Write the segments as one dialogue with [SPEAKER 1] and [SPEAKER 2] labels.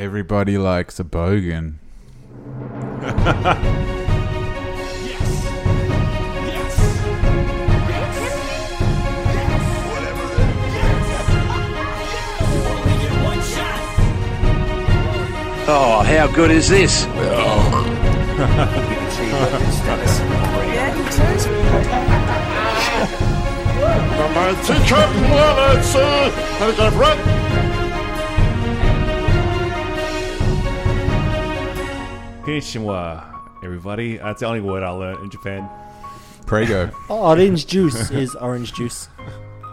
[SPEAKER 1] Everybody likes a bogan.
[SPEAKER 2] Oh, how good is this?
[SPEAKER 3] My teacher wallets has a red.
[SPEAKER 4] Konnichiwa, everybody. Uh, That's the only word I learned in Japan.
[SPEAKER 1] Prego.
[SPEAKER 5] Orange juice is orange juice.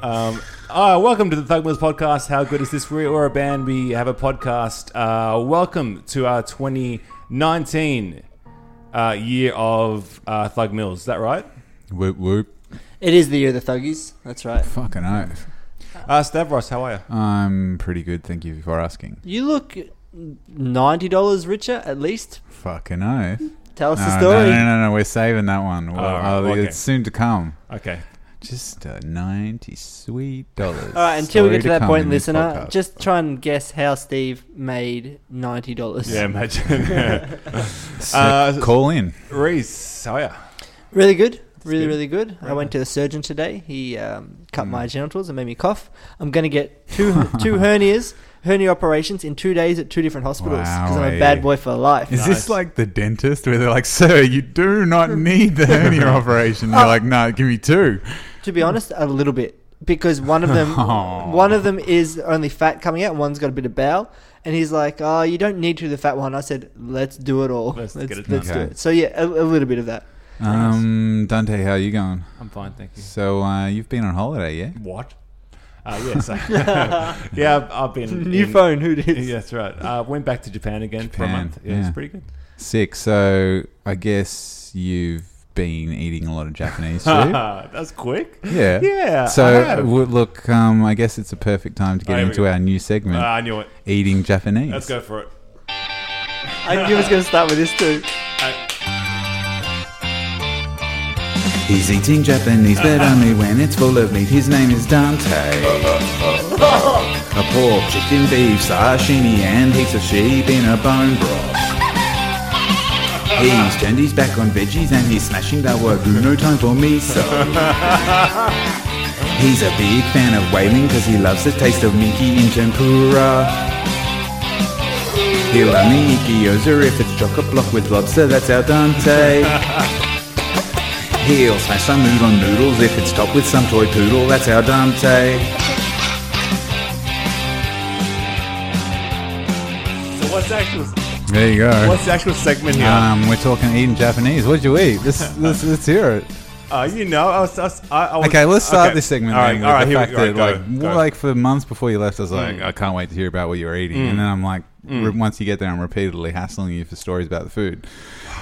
[SPEAKER 4] Uh, welcome to the Thug Mills podcast. How good is this? We are a band. We have a podcast. Uh, welcome to our 2019 uh, year of uh, Thug Mills. Is that right?
[SPEAKER 1] whoop whoop.
[SPEAKER 5] It is the year of the thuggies. That's right.
[SPEAKER 1] Fucking oath.
[SPEAKER 4] Uh, Stavros, how are you?
[SPEAKER 1] I'm pretty good, thank you for asking.
[SPEAKER 5] You look ninety dollars richer at least.
[SPEAKER 1] Fucking oath.
[SPEAKER 5] Tell us
[SPEAKER 1] No,
[SPEAKER 5] the
[SPEAKER 1] no,
[SPEAKER 5] story.
[SPEAKER 1] no, no, no, we're saving that one. Well,
[SPEAKER 4] right,
[SPEAKER 1] uh,
[SPEAKER 4] okay.
[SPEAKER 1] It's soon to come.
[SPEAKER 4] Okay.
[SPEAKER 1] Just uh, 90 sweet dollars.
[SPEAKER 5] All right, until we
[SPEAKER 1] Story
[SPEAKER 5] get to that
[SPEAKER 1] come
[SPEAKER 5] point,
[SPEAKER 1] in this
[SPEAKER 5] listener,
[SPEAKER 1] podcast.
[SPEAKER 5] just try and guess how Steve made ninety dollars.
[SPEAKER 4] Yeah, imagine.
[SPEAKER 1] So
[SPEAKER 4] uh,
[SPEAKER 1] call in.
[SPEAKER 4] Reese, how are you?
[SPEAKER 5] really good, really
[SPEAKER 4] good.
[SPEAKER 5] really good. I went to the surgeon today. He um, cut
[SPEAKER 1] Mm.
[SPEAKER 5] my genitals and made me cough. I'm gonna get two two hernias, hernia operations in two days at two different hospitals because I'm a
[SPEAKER 1] Wowee.
[SPEAKER 5] bad boy for life.
[SPEAKER 1] eh? Is
[SPEAKER 4] Nice.
[SPEAKER 1] this like the dentist where they're like, sir, you do not need the hernia operation? You're like, no, give me two.
[SPEAKER 5] To be honest, a little bit because one of them
[SPEAKER 1] Aw.
[SPEAKER 5] one of them is only fat coming out, and one's got a bit of bowel, and he's like, "Oh, you don't need to do the fat one." I said, "Let's do it all.
[SPEAKER 4] Let's get it
[SPEAKER 5] let's
[SPEAKER 1] done."
[SPEAKER 5] do
[SPEAKER 1] Okay.
[SPEAKER 5] it." So yeah, a, a little bit of that.
[SPEAKER 1] Um, Dante, how you going?
[SPEAKER 4] I'm fine, thank you.
[SPEAKER 1] So uh, you've been on holiday, yeah?
[SPEAKER 4] What? Uh, yes. yeah, I've, I've been.
[SPEAKER 5] New
[SPEAKER 4] in-
[SPEAKER 5] phone, who did?
[SPEAKER 4] Yeah, that's right. Uh, went back to Japan again for a
[SPEAKER 1] Japan,
[SPEAKER 4] month. Yeah,
[SPEAKER 1] yeah.
[SPEAKER 4] it's pretty good.
[SPEAKER 1] Sick. So I guess you've been eating a lot of Japanese food.
[SPEAKER 4] that's quick.
[SPEAKER 1] yeah.
[SPEAKER 4] Yeah. I
[SPEAKER 1] So
[SPEAKER 4] have.
[SPEAKER 1] w- look, um, I guess it's a perfect time to
[SPEAKER 4] Oh,
[SPEAKER 1] get
[SPEAKER 4] here we
[SPEAKER 1] into
[SPEAKER 4] go.
[SPEAKER 1] our new segment,
[SPEAKER 4] Ah, I knew it.
[SPEAKER 1] eating Japanese.
[SPEAKER 4] Let's go for it.
[SPEAKER 5] I knew it was going to start with this too.
[SPEAKER 1] He's eating Japanese, but only when it's full of meat. His name is Dante. a pork, chicken, beef, sashimi, and he's a sheep in a bone broth. He's turned his back on veggies and he's smashing the wagyu. No time for miso. He's a big fan of whaling because he loves the taste of minky in tempura. He'll only eat gyoza if it's chocolate block with lobster. That's our Dante. He'll smash some udon noodles if it's topped with some toy poodle. That's our Dante.
[SPEAKER 4] So what's the actual
[SPEAKER 1] There you go.
[SPEAKER 4] what's the actual segment here?
[SPEAKER 1] Um, we're talking eating Japanese. What'd you eat? Let's, let's, let's hear it.
[SPEAKER 4] uh, you know, I was, I was, I, I was,
[SPEAKER 1] Okay, let's start
[SPEAKER 4] okay.
[SPEAKER 1] this segment.
[SPEAKER 4] All right,
[SPEAKER 1] then with
[SPEAKER 4] all right,
[SPEAKER 1] the
[SPEAKER 4] here we
[SPEAKER 1] fact
[SPEAKER 4] go. All right,
[SPEAKER 1] that, like,
[SPEAKER 4] go, Hmm. go.
[SPEAKER 1] like for months before you left, I was like, I can't wait to hear about what you were eating.
[SPEAKER 4] Hmm.
[SPEAKER 1] And then I'm like, re- once you get there, I'm repeatedly hassling you for stories about the food,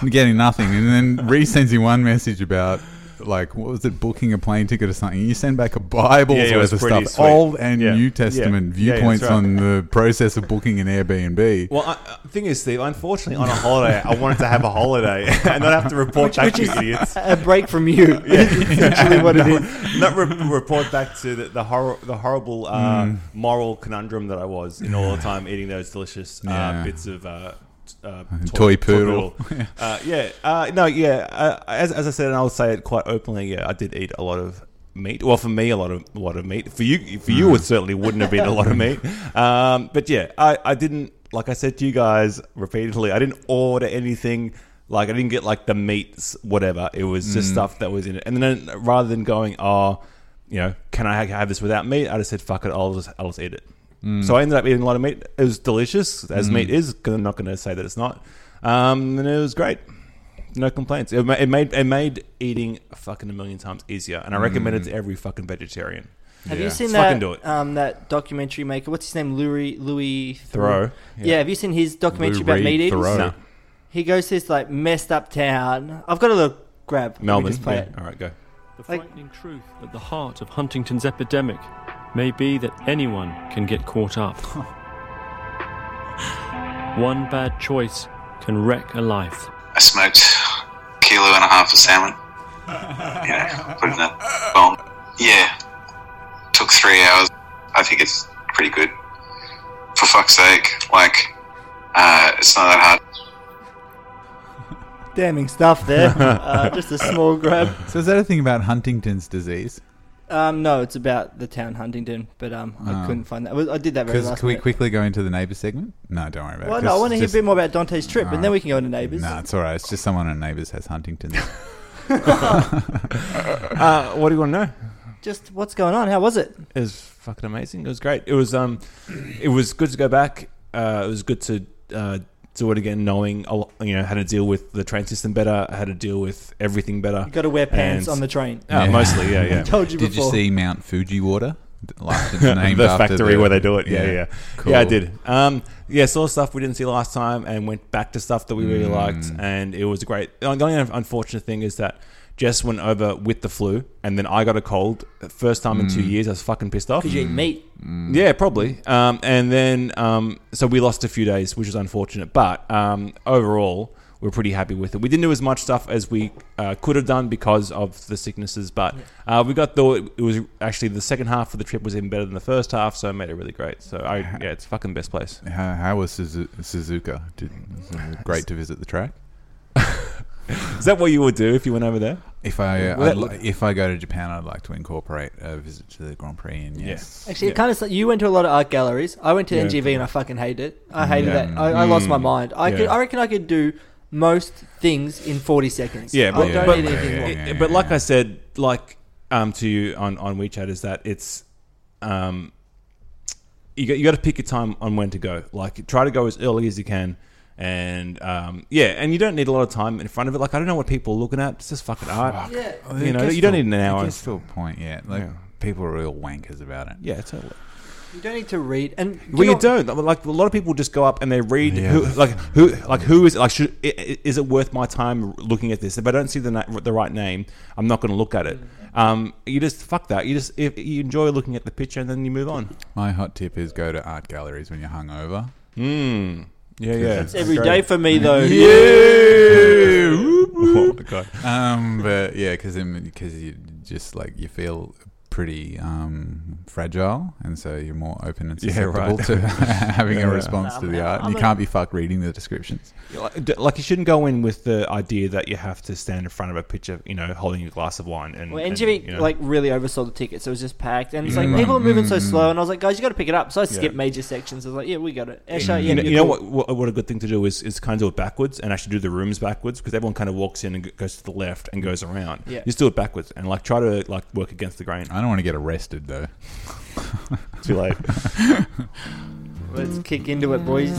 [SPEAKER 1] I'm getting nothing. And then Reese sends you one message about. Like what was it? Booking a plane ticket or something? You send back a Bible
[SPEAKER 4] Yeah, yeah, it
[SPEAKER 1] worth
[SPEAKER 4] was
[SPEAKER 1] of
[SPEAKER 4] pretty
[SPEAKER 1] stuff,
[SPEAKER 4] sweet.
[SPEAKER 1] Old and
[SPEAKER 4] Yeah.
[SPEAKER 1] New Testament
[SPEAKER 4] Yeah. Yeah, yeah,
[SPEAKER 1] viewpoints
[SPEAKER 4] that's right.
[SPEAKER 1] on the process of booking an Airbnb.
[SPEAKER 4] Well, I, uh, thing is, Steve, unfortunately, on a holiday, I wanted to have a holiday and not have to report back to idiots.
[SPEAKER 5] A break from you.
[SPEAKER 4] Actually,
[SPEAKER 5] what it
[SPEAKER 4] is. Not re- report back to the, the, hor- the horrible uh,
[SPEAKER 1] Mm.
[SPEAKER 4] moral conundrum that I was in all the time eating those delicious uh,
[SPEAKER 1] Yeah.
[SPEAKER 4] bits of. Uh, t- uh,
[SPEAKER 1] Toy poodle.
[SPEAKER 4] uh, yeah. Uh, no. Yeah. Uh, as, as I said, and I'll say it quite openly. Yeah, I did eat a lot of meat. Well, for me, a lot of a lot of meat. For you, for
[SPEAKER 1] Mm.
[SPEAKER 4] you, it certainly wouldn't have been a lot of meat. Um, but yeah, I, I didn't. Like I said to you guys repeatedly, I didn't order anything. Like I didn't get like the meats, whatever. It was
[SPEAKER 1] Mm.
[SPEAKER 4] just stuff that was in it. And then rather than going, oh, you know, can I have this without meat? I just said, fuck it, I'll just I'll just eat it. So I ended up eating a lot of meat. It was delicious, as meat is. 'cause I'm not going to say that it's not. Um, and it was great. No complaints. It, ma- it made it made eating fucking a million times easier, and I recommend it to every fucking vegetarian.
[SPEAKER 5] Have
[SPEAKER 1] Yeah.
[SPEAKER 5] you seen
[SPEAKER 4] Let's
[SPEAKER 5] that
[SPEAKER 4] fucking do it.
[SPEAKER 5] um that documentary maker? What's his name? Louis Louis
[SPEAKER 4] Throw.
[SPEAKER 5] Yeah. have you seen his documentary
[SPEAKER 1] Lou
[SPEAKER 5] about
[SPEAKER 1] Reed
[SPEAKER 5] meat eaters?
[SPEAKER 1] Thoreau.
[SPEAKER 4] No.
[SPEAKER 5] He goes to this like messed up town. I've got a little grab. Let me
[SPEAKER 4] Melbourne.
[SPEAKER 5] Just play
[SPEAKER 4] Yeah.
[SPEAKER 5] it.
[SPEAKER 4] All right, go.
[SPEAKER 6] The
[SPEAKER 5] Like-
[SPEAKER 6] frightening truth at the heart of Huntington's epidemic may be that anyone can get caught up. One bad choice can wreck a life.
[SPEAKER 7] I smoked a kilo and a half of salmon. You know, put in a bomb. Yeah. Took three hours. I think it's pretty good. For fuck's sake, like, uh, It's not that hard.
[SPEAKER 5] Damning stuff there. uh, just a small grab.
[SPEAKER 1] So is that a thing about Huntington's disease?
[SPEAKER 5] Um, no, it's about the town Huntington, but um, I
[SPEAKER 1] Oh.
[SPEAKER 5] couldn't find that. I was- I did that very
[SPEAKER 1] Because
[SPEAKER 5] last
[SPEAKER 1] can we
[SPEAKER 5] minute.
[SPEAKER 1] quickly go into the neighbor segment? No, don't worry about
[SPEAKER 5] Well,
[SPEAKER 1] it.
[SPEAKER 5] no, I want to hear a
[SPEAKER 1] just-
[SPEAKER 5] bit more about Dante's trip, and then we can go into neighbours.
[SPEAKER 1] Nah, it's all right. It's just someone on neighbors has Huntington's.
[SPEAKER 4] Uh, what do you want to know?
[SPEAKER 5] Just what's going on? How was it?
[SPEAKER 4] It was fucking amazing. It was great. It was um, it was good to go back. Uh, it was good to uh, do it again, knowing a lo- you know how to deal with the train system better, how to deal with everything better.
[SPEAKER 5] You got to wear pants
[SPEAKER 4] And-
[SPEAKER 5] on the train.
[SPEAKER 4] Oh,
[SPEAKER 1] Yeah.
[SPEAKER 4] mostly, yeah, yeah.
[SPEAKER 5] Told you
[SPEAKER 1] Did you
[SPEAKER 5] before.
[SPEAKER 1] see Mount Fuji water? Like it's named
[SPEAKER 4] the
[SPEAKER 1] after
[SPEAKER 4] factory
[SPEAKER 1] the-
[SPEAKER 4] where they do it. Yeah, yeah, yeah.
[SPEAKER 1] Cool.
[SPEAKER 4] Yeah, I did. Um, yeah, saw stuff we didn't see last time and went back to stuff that we really
[SPEAKER 1] Mm.
[SPEAKER 4] liked, and it was great. The only un- unfortunate thing is that Jess went over with the flu, and then I got a cold. First time in two
[SPEAKER 1] Mm.
[SPEAKER 4] years, I was fucking pissed off.
[SPEAKER 5] Did you eat meat?
[SPEAKER 4] Yeah, probably. Um, and then, um, so we lost a few days, which was unfortunate. But um, overall, we're pretty happy with it. We didn't do as much stuff as we uh, could have done because of the sicknesses, but uh, we got the. It was actually the second half of the trip was even better than the first half, so it made it really great. So I, yeah, it's fucking best place.
[SPEAKER 1] How, how was Suzu- Suzuka? Did, was it great to visit the track.
[SPEAKER 4] Is that what you would do if you went over there?
[SPEAKER 1] If I
[SPEAKER 4] Well,
[SPEAKER 1] I'd
[SPEAKER 4] that-
[SPEAKER 1] li- if I go to Japan, I'd like to incorporate a visit to the Grand Prix. And yes,
[SPEAKER 5] Actually,
[SPEAKER 4] Yeah.
[SPEAKER 5] it kind of you went to a lot of art galleries. I went to
[SPEAKER 4] Yeah. Mm.
[SPEAKER 5] NGV and I fucking hated it. I hated
[SPEAKER 1] Yeah.
[SPEAKER 5] that. I, I lost my mind. I could.
[SPEAKER 4] Yeah.
[SPEAKER 5] I reckon I could do most things in forty seconds.
[SPEAKER 4] Yeah, but,
[SPEAKER 5] I don't
[SPEAKER 4] but,
[SPEAKER 5] need anything more.
[SPEAKER 1] yeah, yeah,
[SPEAKER 4] it- but like
[SPEAKER 1] yeah.
[SPEAKER 4] I said, like um, to you on, on WeChat is that it's um, you got you got to pick your time on when to go. Like try to go as early as you can, and um, yeah, and you don't need a lot of time in front of it. Like I don't know what people are looking at. It's just fucking art.
[SPEAKER 5] Yeah.
[SPEAKER 1] I
[SPEAKER 4] You know,
[SPEAKER 1] guess
[SPEAKER 4] you don't
[SPEAKER 1] to-
[SPEAKER 4] need an hour.
[SPEAKER 1] I guess to a point, yeah. Like
[SPEAKER 4] Yeah.
[SPEAKER 1] people are real wankers about it.
[SPEAKER 4] Yeah, totally.
[SPEAKER 5] You don't need to read. And
[SPEAKER 4] Well, you
[SPEAKER 5] know-
[SPEAKER 4] don't. I mean, Like a lot of people just go up and they read.
[SPEAKER 1] Yeah.
[SPEAKER 4] Who, like who? Like who is? Like should, i- i- is it worth my time looking at this? If I don't see the na- the right name, I'm not going to look at it.
[SPEAKER 5] Mm.
[SPEAKER 4] Um, you just fuck that. You just if you enjoy looking at the picture and then you move on.
[SPEAKER 1] My hot tip is go to art galleries when you're hungover.
[SPEAKER 4] Mm. Yeah, yeah.
[SPEAKER 5] It's every day for me though.
[SPEAKER 4] Oh my god.
[SPEAKER 1] um, but yeah, because because you just like you feel pretty um, fragile, and so you're more open and
[SPEAKER 4] Yeah,
[SPEAKER 1] susceptible
[SPEAKER 4] right.
[SPEAKER 1] to having
[SPEAKER 4] Yeah.
[SPEAKER 1] a response to the art. And you can't be fucked reading the descriptions.
[SPEAKER 4] Like, d- like you shouldn't go in with the idea that you have to stand in front of a picture, you know, holding a glass of wine and
[SPEAKER 5] Well,
[SPEAKER 4] and, Mm.
[SPEAKER 5] NGV
[SPEAKER 4] you know.
[SPEAKER 5] like really oversold the tickets. It was just packed, and it's like people are moving so slow. And I was like, guys, you got to pick it up. So I skipped major sections. I was like, yeah, we got it. Esha, yeah,
[SPEAKER 4] Mm. you know,
[SPEAKER 5] you're
[SPEAKER 4] you know
[SPEAKER 5] cool.
[SPEAKER 4] what, what? What a good thing to do is is kind of do it backwards and actually do the rooms backwards because everyone kind of walks in and g- goes to the left and goes around.
[SPEAKER 5] Yeah.
[SPEAKER 4] just do it backwards and like try to like work against the grain.
[SPEAKER 1] I don't want to get arrested though.
[SPEAKER 4] Too late.
[SPEAKER 5] Let's kick into it, boys.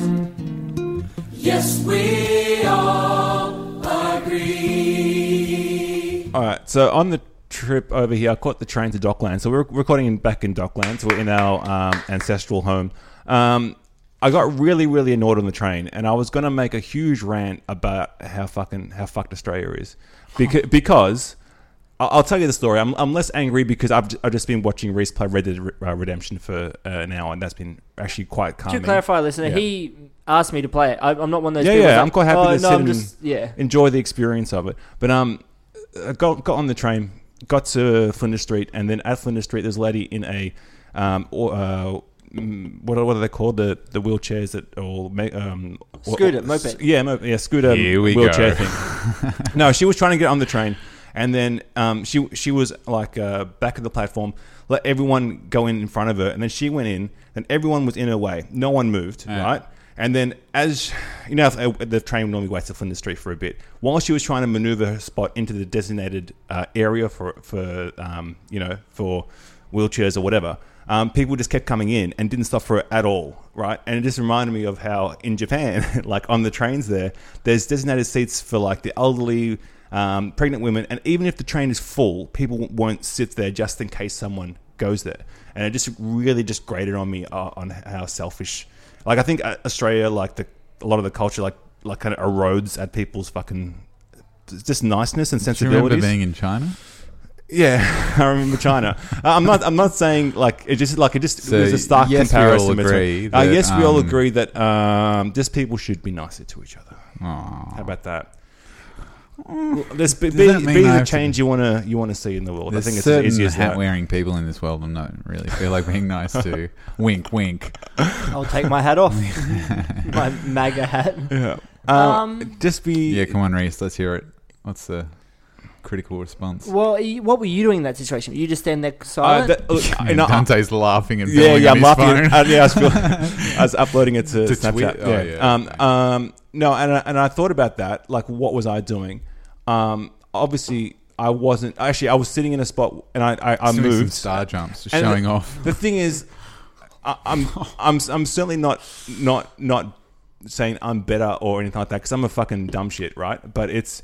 [SPEAKER 4] All right, so on the trip over here, I caught the train to Docklands. So we're recording in, back in Docklands. We're in our um, ancestral home. Um, I got really, really annoyed on the train, and I was going to make a huge rant about how fucking how fucked Australia is, because because. I- I'll tell you the story. I'm, I'm less angry because I've, j- I've just been watching Reese play Red Dead Re- uh, Redemption for uh, an hour, and that's been actually quite
[SPEAKER 5] To
[SPEAKER 4] calming.
[SPEAKER 5] clarify, listener,
[SPEAKER 4] yeah.
[SPEAKER 5] he asked me to play it. I, I'm not one of those.
[SPEAKER 4] Yeah,
[SPEAKER 5] people
[SPEAKER 4] yeah,
[SPEAKER 5] that's
[SPEAKER 4] I'm
[SPEAKER 5] like,
[SPEAKER 4] quite happy
[SPEAKER 5] oh,
[SPEAKER 4] to
[SPEAKER 5] no,
[SPEAKER 4] sit
[SPEAKER 5] I'm
[SPEAKER 4] and-
[SPEAKER 5] just yeah.
[SPEAKER 4] enjoy the experience of it. But um, I got got on the train, got to Flinders Street, and then at Flinders Street, there's a lady in a um, or, uh, mm, what are, what are they called the the wheelchairs that or ma- um or-
[SPEAKER 5] Scooter,
[SPEAKER 4] or-
[SPEAKER 5] moped.
[SPEAKER 4] s- yeah mo- yeah scooter
[SPEAKER 1] Here we
[SPEAKER 4] wheelchair
[SPEAKER 1] go.
[SPEAKER 4] thing. no, she was trying to get on the train. And then um, she she was like uh, back of the platform, let everyone go in in front of her, and then she went in, and everyone was in her way. No one moved, right? And then, as you know, if, uh, the train normally waits at Flinders Street for a bit. While she was trying to maneuver her spot into the designated uh, area for for um, you know for wheelchairs or whatever, um, people just kept coming in and didn't stop for it at all, right? And it just reminded me of how in Japan, like on the trains there, there's designated seats for like the elderly, um, pregnant women, and even if the train is full, people w- won't sit there just in case someone goes there. And it just really just grated on me uh, on how selfish. Like I think uh, Australia, like the a lot of the culture, like like kind of erodes at people's fucking just niceness and
[SPEAKER 1] Do you remember
[SPEAKER 4] sensibilities.
[SPEAKER 1] being in China?
[SPEAKER 4] Yeah, I remember China. Uh, I'm not. I'm not saying like it just like it just
[SPEAKER 1] So,
[SPEAKER 4] there's a stark
[SPEAKER 1] yes, we all
[SPEAKER 4] comparison. between-
[SPEAKER 1] agree
[SPEAKER 4] uh,
[SPEAKER 1] that,
[SPEAKER 4] yes, we all
[SPEAKER 1] um,
[SPEAKER 4] agree that um, just people should be nicer to each other.
[SPEAKER 1] Aw.
[SPEAKER 4] How about that? There's be,
[SPEAKER 1] that mean I
[SPEAKER 4] the
[SPEAKER 1] have to-
[SPEAKER 4] change you want to you want to see in the world. I
[SPEAKER 1] There's
[SPEAKER 4] think it's as
[SPEAKER 1] certain
[SPEAKER 4] easy as that.
[SPEAKER 1] hat-wearing people in this world. I'm not really feel like being nice to. wink, wink.
[SPEAKER 5] I'll take my hat off. my MAGA hat.
[SPEAKER 4] Yeah.
[SPEAKER 5] Um,
[SPEAKER 4] Uh, just be
[SPEAKER 1] Yeah, come on, Reese. Let's hear it. What's the critical response?
[SPEAKER 5] Well, y- what were you doing in that situation? Were you just stand there
[SPEAKER 4] Uh,
[SPEAKER 5] silent?
[SPEAKER 4] that- look,
[SPEAKER 1] I
[SPEAKER 4] you
[SPEAKER 1] mean,
[SPEAKER 4] know, I-
[SPEAKER 1] Dante's laughing and
[SPEAKER 4] yeah, yeah, I'm laughing.
[SPEAKER 1] Phone.
[SPEAKER 4] At, uh, yeah, I was, feeling- I was uploading it to,
[SPEAKER 1] To
[SPEAKER 4] Snapchat.
[SPEAKER 1] tweet? Oh,
[SPEAKER 4] yeah.
[SPEAKER 1] yeah,
[SPEAKER 4] um,
[SPEAKER 1] okay.
[SPEAKER 4] um, no, and I, and I thought about that. Like, what was I doing? Um, obviously, I wasn't. Actually, I was sitting in a spot, and I I, I
[SPEAKER 1] Doing some
[SPEAKER 4] moved.
[SPEAKER 1] star jumps,
[SPEAKER 4] And
[SPEAKER 1] showing
[SPEAKER 4] the,
[SPEAKER 1] off.
[SPEAKER 4] The thing is, I, I'm I'm I'm certainly not not not saying I'm better or anything like that because I'm a fucking dumb shit, right? But it's.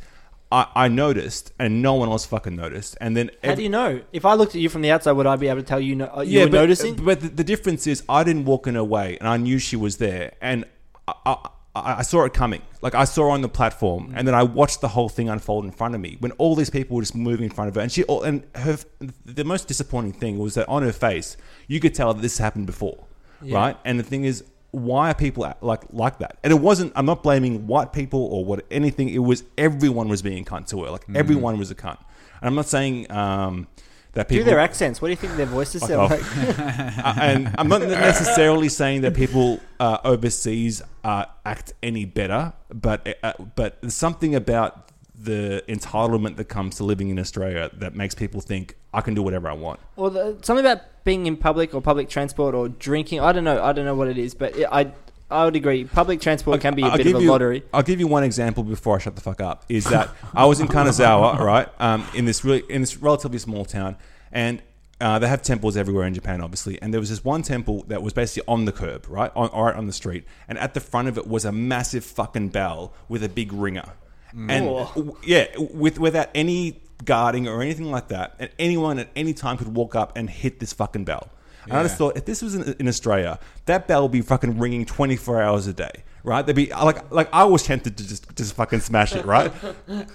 [SPEAKER 4] I, I noticed, and no one else fucking noticed. And then
[SPEAKER 5] How
[SPEAKER 4] ev-
[SPEAKER 5] do you know? If I looked at you from the outside, would I be able to tell you? No, uh, you were
[SPEAKER 4] but,
[SPEAKER 5] noticing.
[SPEAKER 4] But the, the difference is, I didn't walk in her way, and I knew she was there, and I, I, I I saw it coming. Like I saw her on the
[SPEAKER 5] Mm.
[SPEAKER 4] platform, and then I watched the whole thing unfold in front of me when all these people were just moving in front of her, and she all- and her. The most disappointing thing was that on her face, you could tell that this happened before, right? And the thing is. Why are people act like like that? And it wasn't. I'm not blaming white people or what anything. It was everyone was being a cunt to her.
[SPEAKER 5] Mm.
[SPEAKER 4] Like everyone was a cunt. And I'm not saying um, that
[SPEAKER 5] Do
[SPEAKER 4] people
[SPEAKER 5] their accents. What do you think their voices sound like?
[SPEAKER 4] off. Uh, and I'm not necessarily saying that people uh, overseas uh, act any better, but uh, but there's something about the entitlement that comes to living in Australia that makes people think I can do whatever I want.
[SPEAKER 5] Well, the, something about being in public or public transport or drinking. I don't know. I don't know what it is, but it, I I would agree. Public transport can be a bit
[SPEAKER 4] give
[SPEAKER 5] of a
[SPEAKER 4] you,
[SPEAKER 5] lottery.
[SPEAKER 4] I'll give you one example before I shut the fuck up. Is that I was in Kanazawa, right, um, in this really in this relatively small town, and uh, they have temples everywhere in Japan, obviously. And there was this one temple that was basically on the curb, right, on right on the street, and at the front of it was a massive fucking bell with a big ringer, and
[SPEAKER 5] Whoa.
[SPEAKER 4] w- yeah, with without any guarding or anything like that, and anyone at any time could walk up and hit this fucking bell. And I just thought, if this was in, in Australia, that bell would be fucking ringing twenty four hours a day, right? They'd be like, like I was tempted to just just fucking smash it, right?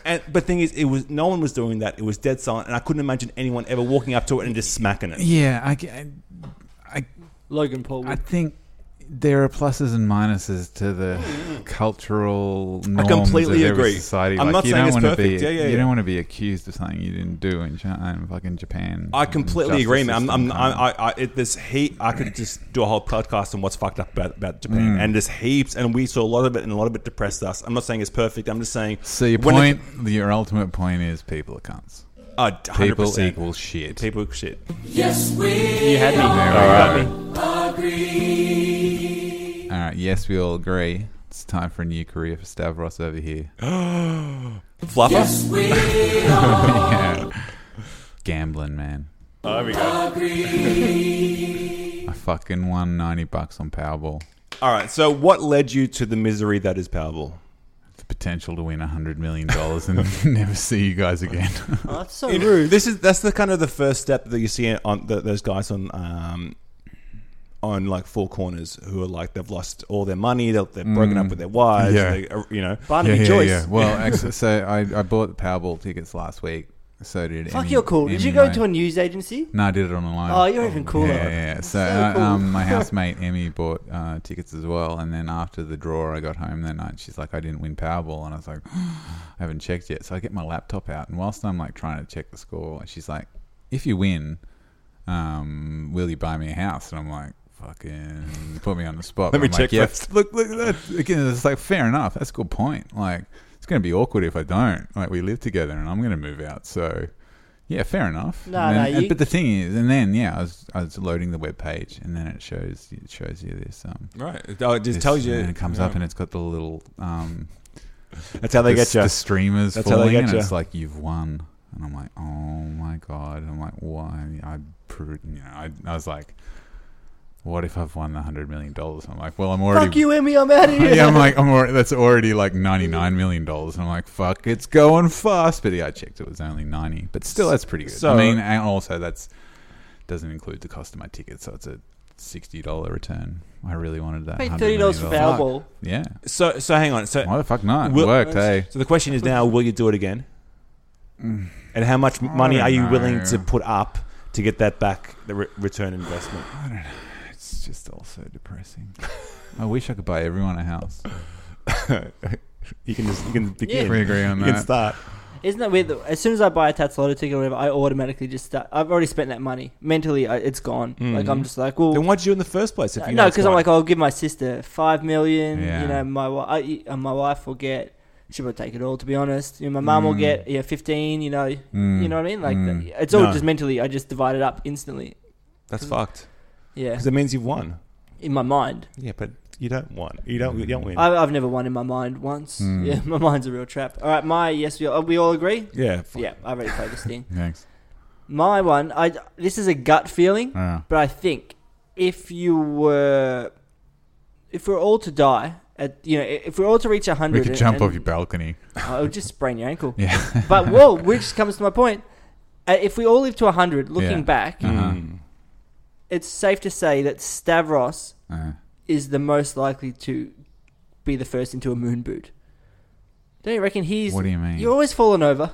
[SPEAKER 4] and but thing is, it was no one was doing that. It was dead silent, and I couldn't imagine anyone ever walking up to it and just smacking it.
[SPEAKER 1] Yeah, I, g- I- I,
[SPEAKER 5] Logan Paul.
[SPEAKER 1] I think there are pluses and minuses to
[SPEAKER 5] Oh,
[SPEAKER 1] the cultural norms
[SPEAKER 4] completely
[SPEAKER 1] of every
[SPEAKER 4] agree.
[SPEAKER 1] society.
[SPEAKER 4] I'm
[SPEAKER 1] like,
[SPEAKER 4] not
[SPEAKER 1] you
[SPEAKER 4] saying
[SPEAKER 1] don't
[SPEAKER 4] it's
[SPEAKER 1] wanna
[SPEAKER 4] perfect.
[SPEAKER 1] Be,
[SPEAKER 4] Yeah, yeah,
[SPEAKER 1] you
[SPEAKER 4] yeah.
[SPEAKER 1] don't want to be accused of something you didn't do in China and fucking Japan.
[SPEAKER 4] I
[SPEAKER 1] and
[SPEAKER 4] completely
[SPEAKER 1] Mm, justice
[SPEAKER 4] agree, man. I'm, I'm,
[SPEAKER 1] system kind of-
[SPEAKER 4] i I, I, it, this heap. I could just do a whole podcast on what's fucked up about, about
[SPEAKER 1] Mm.
[SPEAKER 4] Japan, and there's heaps, and we saw a lot of it, and a lot of it depressed us. I'm not saying it's perfect. I'm just saying.
[SPEAKER 1] So your
[SPEAKER 4] when it-
[SPEAKER 1] point, your ultimate point is people are cunts.
[SPEAKER 4] uh,
[SPEAKER 1] People
[SPEAKER 4] 100%.
[SPEAKER 1] equal shit.
[SPEAKER 4] people shit.
[SPEAKER 5] you had me.
[SPEAKER 1] There
[SPEAKER 5] You got me.
[SPEAKER 1] All right. Yes, we all agree. It's time for a new career for Stavros over here.
[SPEAKER 4] Fluffer.
[SPEAKER 1] yeah. Gambling, man.
[SPEAKER 4] Oh, there we go.
[SPEAKER 1] I fucking won 90 bucks on Powerball.
[SPEAKER 4] All right. So, what led you to the misery that is Powerball?
[SPEAKER 1] The potential to win $100 million and never see you guys again.
[SPEAKER 5] Oh, that's so
[SPEAKER 4] You know,
[SPEAKER 5] rude.
[SPEAKER 4] This is that's the kind of the first step that you see on the, those guys on um, on like four corners who are like they've lost all their money, they're, they're broken up with their wives,
[SPEAKER 1] Mm. Yeah.
[SPEAKER 4] they, uh, you know.
[SPEAKER 5] Barnaby Joyce.
[SPEAKER 1] Well, actually, so I, I bought Powerball tickets last week. So did
[SPEAKER 5] Fuck,
[SPEAKER 1] Emmy-
[SPEAKER 5] you're cool. Did
[SPEAKER 1] Emmy
[SPEAKER 5] you go
[SPEAKER 1] Mo-
[SPEAKER 5] to a news agency?
[SPEAKER 1] No, I did it on a loan.
[SPEAKER 5] Oh, you're even cooler.
[SPEAKER 1] Yeah, yeah. So, uh, um, my housemate Emmy bought uh, tickets as well, and then after the draw, I got home that night. She's like, "I didn't win Powerball," and I was like, "I haven't checked yet." So I get my laptop out, and whilst I'm like trying to check the score, she's like, "If you win, um, will you buy me a house?" And I'm like. Fucking put me on the spot.
[SPEAKER 4] Let me
[SPEAKER 1] I'm like,
[SPEAKER 4] check
[SPEAKER 1] yeah,
[SPEAKER 4] first.
[SPEAKER 1] Look, look, that's, again, it's like fair enough. That's a good point. Like, it's going to be awkward if I don't. Like, we live together, and I'm going to move out. So, yeah, fair enough.
[SPEAKER 5] No,
[SPEAKER 1] And
[SPEAKER 5] no,
[SPEAKER 1] then- and-
[SPEAKER 5] you-
[SPEAKER 1] but the thing is, and then yeah, I was I was loading the web page, and then it shows it shows you this. Um,
[SPEAKER 4] Right. It, oh, it just
[SPEAKER 1] this-
[SPEAKER 4] tells you.
[SPEAKER 1] and it comes
[SPEAKER 4] yeah.
[SPEAKER 1] up, and it's got the little um,
[SPEAKER 4] That's how they
[SPEAKER 1] the,
[SPEAKER 4] get you.
[SPEAKER 1] the streamers
[SPEAKER 4] That's how they
[SPEAKER 1] falling,
[SPEAKER 4] get
[SPEAKER 1] and
[SPEAKER 4] ya.
[SPEAKER 1] it's like you've won, and I'm like, oh my god, and I'm like, why? I, pr- you know, I, I was like, what if I've won the hundred million dollars? I'm like, well, I'm already.
[SPEAKER 5] Fuck you, Emmy. I'm out of here.
[SPEAKER 1] yeah, I'm like, I'm already, that's already like ninety nine million dollars, and I'm like, fuck, it's going fast. But yeah, I checked, it was only ninety, but still, that's pretty good.
[SPEAKER 4] So-
[SPEAKER 1] I mean, and also that's doesn't include the cost of my ticket, so it's a sixty dollar return. I really wanted that.
[SPEAKER 5] paid
[SPEAKER 1] $100
[SPEAKER 5] thirty
[SPEAKER 1] million
[SPEAKER 5] dollars for Powerball.
[SPEAKER 1] Yeah,
[SPEAKER 4] So, so hang on. So,
[SPEAKER 1] why the fuck not? It
[SPEAKER 4] Will-
[SPEAKER 1] worked, hey.
[SPEAKER 4] so the question is now: Will you do it again? And how much money
[SPEAKER 1] Mm. don't
[SPEAKER 4] are you willing
[SPEAKER 1] know.
[SPEAKER 4] to put up to get that back, the re- return investment?
[SPEAKER 1] It's just all so depressing. I wish I could buy everyone a house.
[SPEAKER 4] You can just you can begin.
[SPEAKER 1] We agree on
[SPEAKER 4] you can
[SPEAKER 1] that.
[SPEAKER 4] start.
[SPEAKER 5] Isn't that weird? That as soon as I buy a Tats Lotto ticket or whatever, I automatically just start. I've already spent that money. Mentally, I, it's gone. Like I'm just like, well,
[SPEAKER 4] Mm. Then why'd you do it in the first place? If you know
[SPEAKER 5] no,
[SPEAKER 4] it's
[SPEAKER 5] because I'm
[SPEAKER 4] gone?
[SPEAKER 5] like, I'll give my sister five million.
[SPEAKER 1] Yeah.
[SPEAKER 5] You know, my wi- I, uh, my wife will get. She will take it all, to be honest. You know, my mum
[SPEAKER 4] Mm.
[SPEAKER 5] will get yeah fifteen. You know,
[SPEAKER 1] Mm.
[SPEAKER 5] you know what I mean. Like th- it's all
[SPEAKER 4] No.
[SPEAKER 5] just mentally. I just divide it up instantly.
[SPEAKER 4] that's fucked.
[SPEAKER 5] Yeah,
[SPEAKER 4] Because it means you've won.
[SPEAKER 5] in my mind,
[SPEAKER 4] Yeah, but you don't won. You don't. You don't win.
[SPEAKER 5] I, I've never won in my mind once.
[SPEAKER 4] Mm.
[SPEAKER 5] Yeah, my mind's a real trap. All right, my yes, we all, we all agree.
[SPEAKER 4] yeah. fuck.
[SPEAKER 5] Yeah, I already played this thing.
[SPEAKER 1] Thanks.
[SPEAKER 5] My one, I this is a gut feeling,
[SPEAKER 1] Yeah.
[SPEAKER 5] but I think if you were, if we're all to die at, you know, if we're all to reach hundred,
[SPEAKER 1] We could jump off your balcony.
[SPEAKER 5] I would just sprain your ankle.
[SPEAKER 1] Yeah.
[SPEAKER 5] But whoa, which comes to my point. Uh, if we all live to 100, looking
[SPEAKER 1] Yeah.
[SPEAKER 5] back,
[SPEAKER 4] Mm.
[SPEAKER 5] it's safe to say that Stavros
[SPEAKER 1] Uh,
[SPEAKER 5] is the most likely to be the first into a moon boot. Don't you reckon he's.
[SPEAKER 1] What do you mean?
[SPEAKER 5] You're always falling over.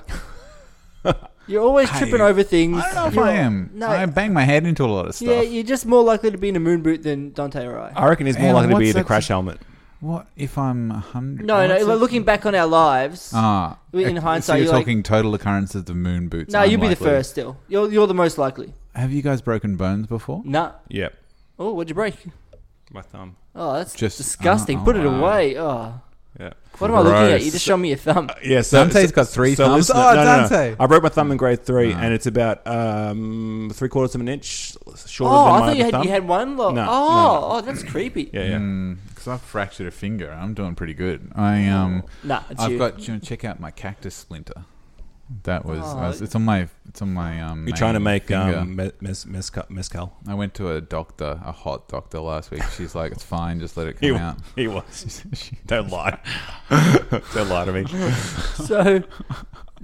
[SPEAKER 5] you're always tripping over things.
[SPEAKER 1] I don't know if
[SPEAKER 5] You're-
[SPEAKER 1] I am.
[SPEAKER 5] No.
[SPEAKER 1] I bang my head into a lot of stuff.
[SPEAKER 5] yeah, you're just more likely to be in a moon boot than Dante or I.
[SPEAKER 4] I reckon he's more
[SPEAKER 1] And
[SPEAKER 4] likely to
[SPEAKER 1] what's
[SPEAKER 4] be the
[SPEAKER 1] that-
[SPEAKER 4] crash helmet.
[SPEAKER 1] What if I'm a hundred?
[SPEAKER 5] No, no, like, looking back on our lives,
[SPEAKER 1] Ah,
[SPEAKER 5] in
[SPEAKER 1] okay, so
[SPEAKER 5] hindsight,
[SPEAKER 1] you're,
[SPEAKER 5] you're like-
[SPEAKER 1] talking total occurrences of moon boots.
[SPEAKER 5] no,
[SPEAKER 1] I'm
[SPEAKER 5] you'll be the
[SPEAKER 1] likely.
[SPEAKER 5] first still. You're, you're the most likely.
[SPEAKER 1] Have you guys broken bones before?
[SPEAKER 5] Nah.
[SPEAKER 4] Yep.
[SPEAKER 5] Oh, what'd you break?
[SPEAKER 4] My thumb.
[SPEAKER 5] Oh, that's
[SPEAKER 1] Just-
[SPEAKER 5] disgusting.
[SPEAKER 1] oh,
[SPEAKER 5] Put it
[SPEAKER 1] wow.
[SPEAKER 5] away. Oh.
[SPEAKER 4] Yeah.
[SPEAKER 5] What am I looking at?
[SPEAKER 1] Gross.
[SPEAKER 5] You just show me your thumb.
[SPEAKER 4] Yeah, so,
[SPEAKER 1] Dante's
[SPEAKER 4] so-
[SPEAKER 1] got three thumbs?
[SPEAKER 4] listen-
[SPEAKER 1] Oh, Dante.
[SPEAKER 4] I broke my thumb in grade three, and it's about um, three quarters of an inch shorter
[SPEAKER 5] Oh,
[SPEAKER 4] than
[SPEAKER 5] I
[SPEAKER 4] my
[SPEAKER 5] thought you
[SPEAKER 4] other
[SPEAKER 5] had
[SPEAKER 4] thumb. Mm,
[SPEAKER 5] you had one. Lo-
[SPEAKER 4] No,
[SPEAKER 5] oh,
[SPEAKER 4] no,
[SPEAKER 5] oh, that's creepy.
[SPEAKER 4] yeah, yeah.
[SPEAKER 1] Because I fractured a finger. I'm doing pretty good. I um,
[SPEAKER 5] Nah, it's
[SPEAKER 1] I've
[SPEAKER 5] you.
[SPEAKER 1] got. You know, check out my cactus splinter. That was.
[SPEAKER 5] Oh.
[SPEAKER 1] I was- it's on my. It's on my. Um,
[SPEAKER 4] You're trying to
[SPEAKER 1] main
[SPEAKER 4] make
[SPEAKER 1] finger.
[SPEAKER 4] um, mes- mes- mezcal. mezcal.
[SPEAKER 1] I went to a doctor, a hot doctor last week. She's like, "It's fine, just let it
[SPEAKER 4] He,
[SPEAKER 1] come out."
[SPEAKER 4] he was. Don't lie. Don't lie to me.
[SPEAKER 5] So,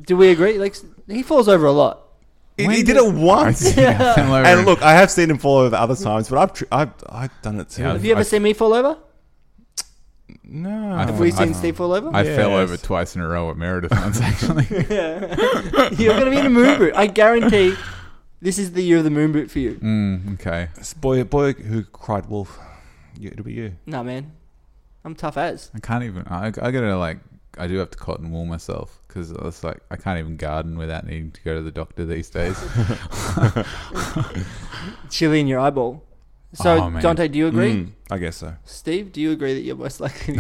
[SPEAKER 5] do we agree? Like, he falls over a lot.
[SPEAKER 4] He,
[SPEAKER 1] When
[SPEAKER 4] he did
[SPEAKER 1] did-
[SPEAKER 4] it once.
[SPEAKER 1] I fell over.
[SPEAKER 4] And look, I have seen him fall over other times, but I've tr- I've, I've done it too.
[SPEAKER 1] Yeah,
[SPEAKER 5] Have you ever
[SPEAKER 1] I-
[SPEAKER 5] seen me fall over?
[SPEAKER 4] no,
[SPEAKER 5] Have we
[SPEAKER 1] I-
[SPEAKER 5] seen Steve fall over?
[SPEAKER 1] I fell
[SPEAKER 4] Yes.
[SPEAKER 1] over twice in a row at Meredith once. Actually,
[SPEAKER 5] You're gonna be in a moon boot. I guarantee. This is the year of the moon boot for you.
[SPEAKER 1] mm, okay.
[SPEAKER 4] It's boy boy who cried wolf. You- It'll be you.
[SPEAKER 5] Nah, man, I'm tough as.
[SPEAKER 1] I can't even. I, I gotta like. I do have to cotton wool myself because it's like I can't even garden without needing to go to the doctor these days.
[SPEAKER 5] Chili in your eyeball. So,
[SPEAKER 1] Oh, man.
[SPEAKER 5] Dante, do you agree?
[SPEAKER 4] Mm, I guess so.
[SPEAKER 5] Steve, do you agree that you're most likely?